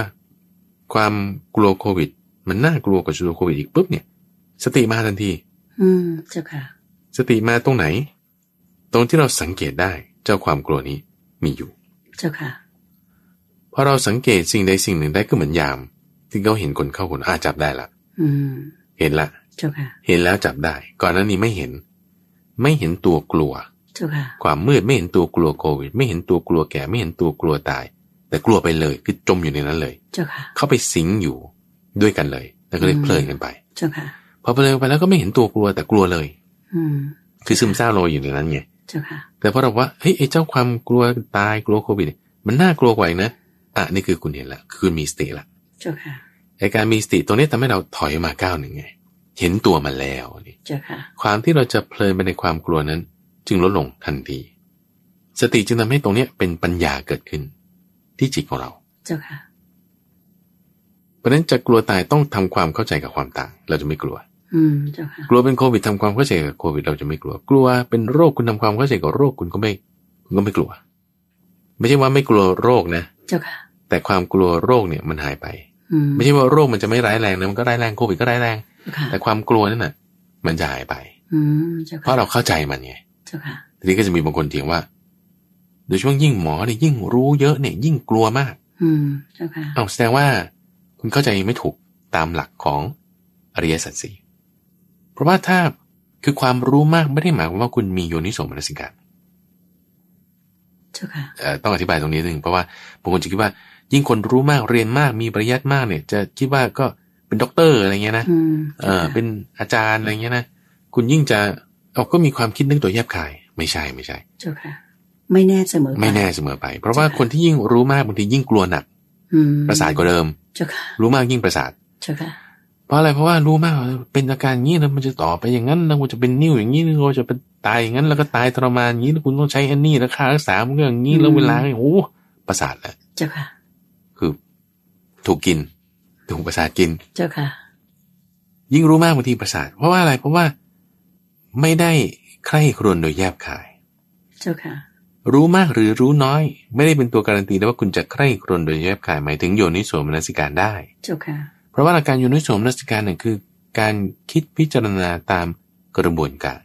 Speaker 2: ความกลัวโควิด มันน่ากลัวกว่าชัวโควิดอีกปุ๊บเนี่ย สติมาทันที
Speaker 1: อืมเจ้าค่ะ
Speaker 2: สติมาตรงไหน ตรงที่เราสังเกตได้เจ้าความกลัวนี้มีอยู่
Speaker 1: เจ้าค่ะ
Speaker 2: พอเราสังเกตสิ่งใดสิ่งหนึ่งได้ก็เหมือนยามที่เขาเห็นคนเข้าคนอาจับได้ละ
Speaker 1: อืม
Speaker 2: เห็นละ
Speaker 1: เจ้าค่ะ
Speaker 2: เห็นแล้วจับได้ ก่อนหน้านี้ไม่เห็น ไม่เห็นตัวกลัว
Speaker 1: เจ้าค่ะ
Speaker 2: ความมืดไม่เห็นตัวกลัวโควิด ไม่เห็นตัวกลัวแก่ไม่เห็นตัวกลัวตาย แต่กลัวไปเลยคือจมอยู่ในนั้นเลย
Speaker 1: เจ้าค่ะ
Speaker 2: เข้าไปสิงอยู่ด้วยกันเลย แล้วก็เลย
Speaker 1: อืม
Speaker 2: เพลินกันไป
Speaker 1: เจ้าค่ะ
Speaker 2: พอเพลินไปแล้วก็ไม่เห็นตัวกลัวแต่กลัวเลย
Speaker 1: อืม
Speaker 2: คือซึมเศร้าลอยอยู่ในนั้นไง
Speaker 1: เจ้าค่ะ
Speaker 2: แต่พอเราว่าเฮ้ยไอ้เจ้าความกลัวตายกลัวโควิด มันน่ากลัวกว่าอีกนะอ่ะนี่คือคุณเห็นละคือคุณมีสติละ
Speaker 1: เจ้าค่ะ
Speaker 2: ไอ้การมีสติตรงนี้ทำให้เราถอยมาก้าวหนึ่งไงเห็นตัวมันแล้วนี่
Speaker 1: เจ้าค่ะ
Speaker 2: ความที่เราจะเพลินไปในความกลัวนั้น จึงลดลงทันที สติจึงทำให้ตรงเนี้ยเป็นปัญญาเกิดขึ้น ที่จิตของเรา
Speaker 1: เจ้าค่ะ
Speaker 2: เพราะฉะนั้นจะกลัวตายต้องทำความเข้าใจกับความต่าง เราจะไม่กลัว
Speaker 1: อืมเจ้าค่ะ
Speaker 2: กลัวเป็นโควิดทำความเข้าใจกับโควิดเราจะไม่กลัว กลัวเป็นโรคคุณทำความเข้าใจกับโรคคุณก็ไม่คุณก็ไม่กลัว ไม่ใช่ว่าไม่กลัวโรคนะ
Speaker 1: เจ้าค่ะ
Speaker 2: แต่ความกลัวโรคเนี่ยมันหายไป
Speaker 1: อืม
Speaker 2: ไม่ใช่ว่าโรคมันจะไม่ร้ายแรงนะมันก็ร้ายแรงโควิดก็ร้ายแรง
Speaker 1: เจ้าค่ะ
Speaker 2: แต่ความกลัวนั่นน่ะ มันจะหายไป
Speaker 1: อืมเจ้า
Speaker 2: เพ
Speaker 1: ค่ะ
Speaker 2: ราะเราเข้าใจมันไง
Speaker 1: เจ้าค่ะ
Speaker 2: ทีนี้ก็จะมีบางคนเถียงว่า โดยเฉพาะยิ่งหมอเนี่ยยิ่งรู้เยอะเนี่ยยิ่งกลัวมาก
Speaker 1: อืมเจ้าค่ะ
Speaker 2: เอาแสดงว่าคุณเข้าใจไม่ถูกตามหลักของอริยสัจสี่เพราะว่าถ้าคือความรู้มากไม่ได้หมายความว่าคุณมีโยนิโสมนสิการ
Speaker 1: เจ้าค่ะ
Speaker 2: เอ่อต้องอธิบายตรงนี้นิดนึงเพราะว่าบางคนจะคิดว่า ยิ่งคนรู้มากเรียนมากมีปริยัติมากเนี่ย จะคิดว่าก็เป็นด็อกเตอร์อะไรเงี้ยนะ
Speaker 1: อืม
Speaker 2: เออเป็นอาจารย์อะไรเงี้ยนะคุณยิ่งจะเอาก็มีความคิดนึกตัวแยบคายไม่ใช่ไม่ใช่
Speaker 1: เจ้าค่ะ ไม่แน่เสมอป
Speaker 2: ไม่แน่เสมอไป เพราะว่า
Speaker 1: ใช่ค่ะ
Speaker 2: คนที่ยิ่งรู้มากบางทียิ่งกลัวหนัก
Speaker 1: อืม
Speaker 2: ประสาทกว่าเดิม
Speaker 1: เจ้าค่ะ
Speaker 2: รู้มากยิ่งประสาท
Speaker 1: เจ้าค่ะ
Speaker 2: เพราะอะไรเพราะว่ารู้มากเป็นอาการอย่างนี้แล้วมันจะต่อไปอย่างนั้นแล้วมันจะเป็นนิ่วอย่างนี้แล้วมันจะเป็นตายอย่างนั้น แล้วก็ตายทรมานอย่างนี้แล้วคุณต้องใช้อันนี้แล้วค่ารักษามันก็อย่างนี้แล้วเวลาโอ้โหประสาทแหละ
Speaker 1: เจ้าค่ะ
Speaker 2: คือ ถูกกิน ถูกประสาทกิน
Speaker 1: เจ้าค่ะ
Speaker 2: ยิ่งรู้มากบางทีประสาท เพราะว่าอะไรเพราะว่าไม่ได้ใคร่ครวญโดยแยบคาย
Speaker 1: เจ้าค่ะ
Speaker 2: รู้มากหรือรู้น้อย ไม่ได้เป็นตัวการันตีได้ว่าคุณจะใคร่ครวญโดยแยบคายหมายถึงโยนิโสมนสิการได้
Speaker 1: เจ้าค่ะ
Speaker 2: เพราะว่าหลักการโยนิโสมนสิการเนี่ยคือ การคิดพิจารณาตามกระบวนการ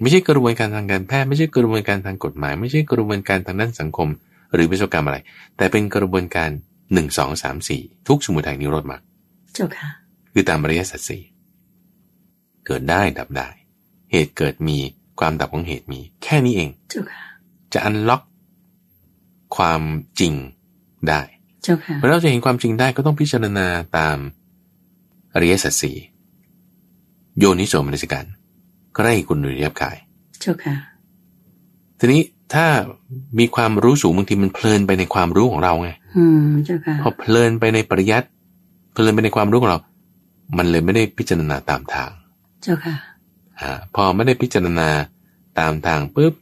Speaker 2: ไม่ใช่กระบวนการทางการแพทย์ไม่ใช่กระบวนการทางกฎหมาย ไม่ใช่กระบวนการทางด้านสังคม หรือวิศวกรรมอะไร แต่เป็นกระบวนการหนึ่งสองสามสี่ทุกสมุทัยนิโรธมรรค
Speaker 1: เจ้าค่ะ
Speaker 2: คือตามอริยสัจสี่เกิดได้ดับได้ เหตุเกิดมีความดับของเหตุมี แค่นี้เอง
Speaker 1: เจ้าค่ะ
Speaker 2: จะอันล็อกความจริงได้
Speaker 1: เจ้าค่ะ
Speaker 2: เมื่อเราจะเห็นความจริงได้ก็ต้องพิจารณาตามอริยสัจสี่ โยนิโสมนสิการใกล้คุณหรือเรียบกาย
Speaker 1: เจ้าค่ะ
Speaker 2: ทีนี้ถ้ามีความรู้สูงบางทีมันเพลินไปในความรู้ของเราไง
Speaker 1: อืมเจ้าค่ะ
Speaker 2: พอเพลินไปในปริยัติเพลินไปในความรู้ของเรา มันเลยไม่ได้พิจารณาตามทาง
Speaker 1: เจ้าค่ะ
Speaker 2: อาพอไม่ได้พิจารณาตามทางปุ๊บ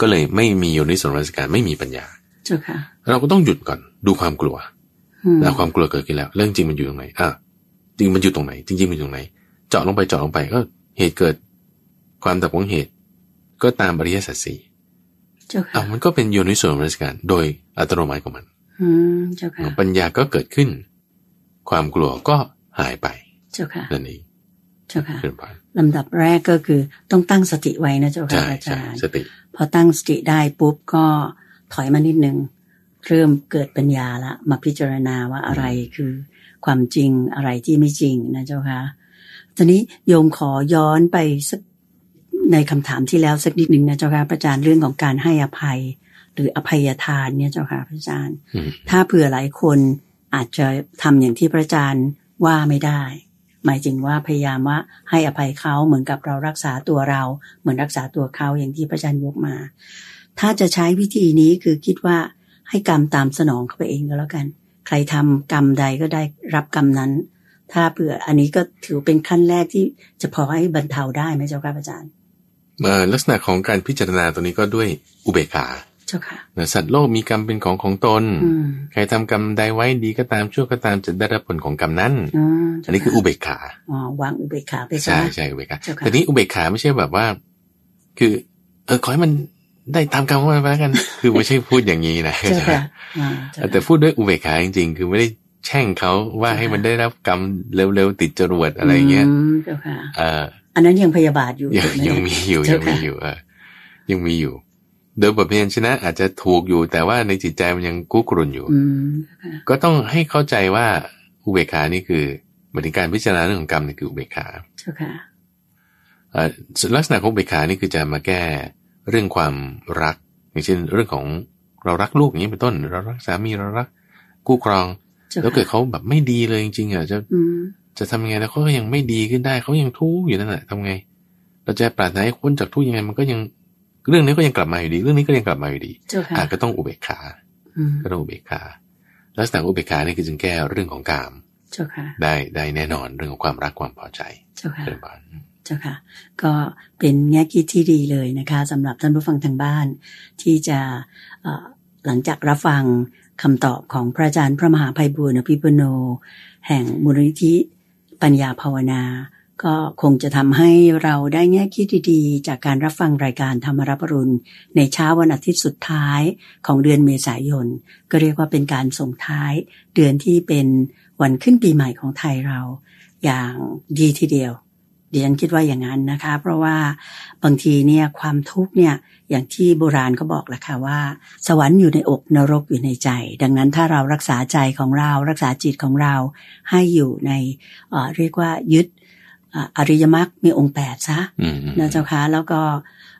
Speaker 2: ก็เลยไม่มีโยนิสมนสิการไม่มีปัญญา
Speaker 1: เจ้าค่ะ
Speaker 2: เราก็ต้องหยุดก่อนดูความกลัว
Speaker 1: อืม
Speaker 2: แล้วความกลัวเกิดขึ้นแล้ว เรื่องจริงมันอยู่ตรงไหนอ่ะจริงมันอยู่ตรงไหน จริงๆมันอยู่ตรงไหน เจาะลงไปเจาะลงไปก็เหตุเกิด ความดับของเหตุ ก็ตามอริยสัจสี่
Speaker 1: เจ้าค่ะ
Speaker 2: อ่ะมันก็เป็นโยนิสมนสิการโดยอัตโนมัติของมัน
Speaker 1: อืมเจ้าค่ะ
Speaker 2: ปัญญาก็เกิดขึ้น ความกลัวก็หายไป
Speaker 1: เจ้าค่ะ
Speaker 2: นั่นเอง
Speaker 1: เจ้าค่ะ
Speaker 2: เป็นไป
Speaker 1: ลำดับแรกก็คือต้องตั้งสติไว้นะเจ้าค่ะ
Speaker 2: ใช่
Speaker 1: อา
Speaker 2: ใช่
Speaker 1: จารย์
Speaker 2: สติ
Speaker 1: พอตั้งสติได้ปุ๊บก็ถอยมานิดนึงเริ่มเกิดปัญญาละ มาพิจารณาว่าอะไรคือความจริงอะไรที่ไม่จริงนะเจ้าค่ะทีนี้โยมขอย้อนไปสักในคำถามที่แล้วสักนิดหนึ่งนะเจ้าค่ะพระอาจารย์เรื่องของการให้อภัย หรืออภัยทานเนี่ยเจ้าค่ะพระอาจารย์
Speaker 2: อืม
Speaker 1: ถ้าเผื่อหลายคนอาจจะทำอย่างที่พระอาจารย์ว่าไม่ได้ หมายถึงว่าพยายามว่าให้อภัยเขาเหมือนกับเรารักษาตัวเรา เหมือนรักษาตัวเขาอย่างที่พระอาจารย์ยกมา ถ้าจะใช้วิธีนี้คือคิดว่าให้กรรมตามสนองเขาไปเองก็แล้วกัน ใครทำกรรมใดก็ได้รับกรรมนั้น ถ้าเผื่ออันนี้ก็ถือเป็นขั้นแรกที่จะพอให้บรรเทาได้ไหมเจ้าค่ะพระอาจารย์
Speaker 2: เอ่อลักษณะของการพิจารณาตัวนี้ก็ด้วยอุเบกขา
Speaker 1: เจ้าค่ะ
Speaker 2: นะสัตว์โลกมีกรรมเป็นของของตน
Speaker 1: อืม
Speaker 2: ใครทำกรรมใดไว้ดีก็ตามชั่วก็ตามจะได้รับผลของกรรมนั้น
Speaker 1: อ๋
Speaker 2: อันนี้คืออุเบกขา
Speaker 1: อ๋อวางอุเบกขาไปซะ
Speaker 2: ใช่ใช่อุเบกขา
Speaker 1: เจ้าค่ะ
Speaker 2: แต่นี้อุเบกขาไม่ใช่แบบว่า คือ เออขอให้มันได้ตามกรรมของมันไป แล้วกัน คือไม่ใช่พูดอย่างนี้นะ
Speaker 1: เจ้าค่ะอ่าเจ้าค่ะ
Speaker 2: แต่พูดด้วยอุเบกขาจริงๆคือไม่ได้แช่งเขาว่าให้มันได้รับกรรมเร็วๆติดจรวดอะไรอย่างเงี้ย
Speaker 1: มเจ้าค่ะ
Speaker 2: เอ่อ
Speaker 1: อันนั้นยังพยาบาทอยู่
Speaker 2: ยัง
Speaker 1: ถูกไห
Speaker 2: ยังมีอยู่ยั
Speaker 1: เจ้าง ค่ะ
Speaker 2: มีอยู่เออยังมีอยู่ โดยบทเพียนชนะอาจจะถูกอยู่แต่ว่าในจิตใจมันยังกู้กรุนอยู่
Speaker 1: อืมเจ้าค่ะ
Speaker 2: ก็ต้องให้เข้าใจว่าอุเบกขานี่คือหมายถึงการพิจารณาเรื่องของกรรมนี่คืออุเบกขา
Speaker 1: เจ้าค่ะ
Speaker 2: เอ่อลักษณะของอุเบกขานี่คือจะมาแก้เรื่องความรัก อย่างเช่นเรื่องของเรารักลูกอย่างนี้เป็นต้น เรารักสามีเรารักกู้ครอง
Speaker 1: เจ้า
Speaker 2: แล้วเกิด
Speaker 1: ค่ะ
Speaker 2: เขาแบบไม่ดีเลยจริงๆอ่ะจะ
Speaker 1: อืม
Speaker 2: จะทำยังไงแล้วเขาก็ยังไม่ดีขึ้นได้เขายังทุกข์อยู่นั่นแหละทำไง เราจะปรารถนาให้พ้นจากทุกข์ยังไง มันก็ยังเรื่องนี้ก็ยังกลับมาอยู่ดี เรื่องนี้ก็ยังกลับมาอยู่ดี
Speaker 1: เจ้าค่ะ
Speaker 2: อ่ะก็ต้องอุเบกขา
Speaker 1: อืม
Speaker 2: ก็ต้องอุเบกขาลักษณะของอุเบกขานี่คือจึงแก้เรื่องของกาม
Speaker 1: เจ้าค่ะ
Speaker 2: ได้ได้แน่นอนเรื่องของความรักความพอใจ
Speaker 1: เจ้าค่ะ
Speaker 2: เรื่องบ้าน
Speaker 1: เจ้าค่ะ ก็เป็นแง่คิดที่ดีเลยนะคะสำหรับท่านผู้ฟังทางบ้าน ที่จะเอ่อหลังจากรับฟังคำตอบของพระอาจารย์พระมหาภัยบุญอภิปุโน แห่งมูลนิธิปัญญาภาวนา ก็คงจะทำให้เราได้แง่คิดดีๆ จากการรับฟังรายการธรรมรับอรุณ ในเช้าวันอาทิตย์สุดท้ายของเดือนเมษายน ก็เรียกว่าเป็นการส่งท้าย เดือนที่เป็นวันขึ้นปีใหม่ของไทยเรา อย่างดีทีเดียวดิฉันคิดว่าอย่างนั้นนะคะ เพราะว่าบางทีเนี่ยความทุกข์เนี่ยอย่างที่โบราณเขาบอกแหละค่ะว่า สวรรค์อยู่ในอกนรกอยู่ในใจ ดังนั้นถ้าเรารักษาใจของเรา รักษาจิตของเราให้อยู่ในเอ่อเรียกว่ายึดเอ่ออริยมรรคมีองค์แปดซะ
Speaker 2: อืมอืม
Speaker 1: นะเจ้าคะแล้วก็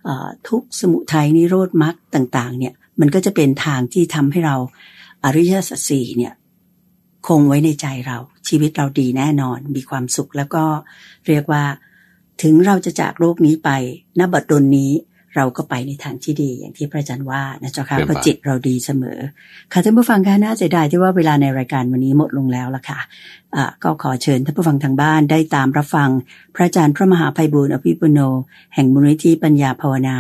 Speaker 1: เอ่อทุกข์สมุทัยนิโรธมรรคต่าง ๆ เนี่ยมันก็จะเป็นทางที่ทำให้เราอริยสัจสี่เนี่ยคงไว้ในใจเรา ชีวิตเราดีแน่นอน มีความสุขแล้วก็เรียกว่า ถึงเราจะจากโลกนี้ไปณบัดดลนี้ เราก็ไปในทางที่ดีอย่างที่พระอาจารย์ว่านะเจ้าค่ะเพราะจิตเราดีเสมอ ค่ะท่านผู้ฟังคะน่าเสียดายที่ว่าเวลาในรายการวันนี้หมดลงแล้วล่ะค่ะอ่าก็ขอเชิญท่านผู้ฟังทางบ้านได้ตามรับฟัง พระอาจารย์พระมหาภัยบูร์อภิปุโน แห่งมูลนิธิปัญญาภาวนา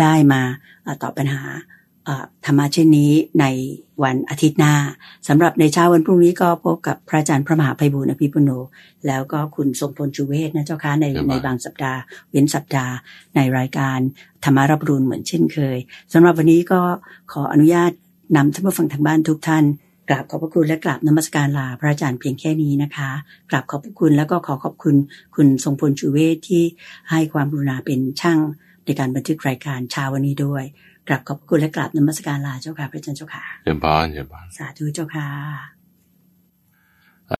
Speaker 1: ได้มาอ่าตอบปัญหาอ่าธรรมะเช่นนี้ในวันอาทิตย์หน้าสำหรับในเช้าวันพรุ่งนี้ก็พบกับพระอาจารย์พระมหาภัยบูร์อภิปุโน แล้วก็คุณทรงพลชูเวศนะเจ้าค่ะในในบางสัปดาห์ เว้นสัปดาห์ ในรายการธรรมารับรุนเหมือนเช่นเคยสำหรับวันนี้ก็ขออนุญาต นำท่านผู้ฟังทางบ้านทุกท่านกราบขอบพระคุณและกราบนมัสการลาพระอาจารย์เพียงแค่นี้นะคะกราบขอบพระคุณแล้วก็ขอขอบคุณคุณทรงพลชูเวทที่ให้ความกรุณาเป็นช่างในการบันทึกรายการเช้าวันนี้ด้วยกราบขอบพระคุณและกราบนมัสการลาเจ้าค่ะพระอาจารย์เจ้าค่ะ
Speaker 2: เรื่องบ้านเรื่องบ้าน
Speaker 1: สาธุเจ้าค่ะ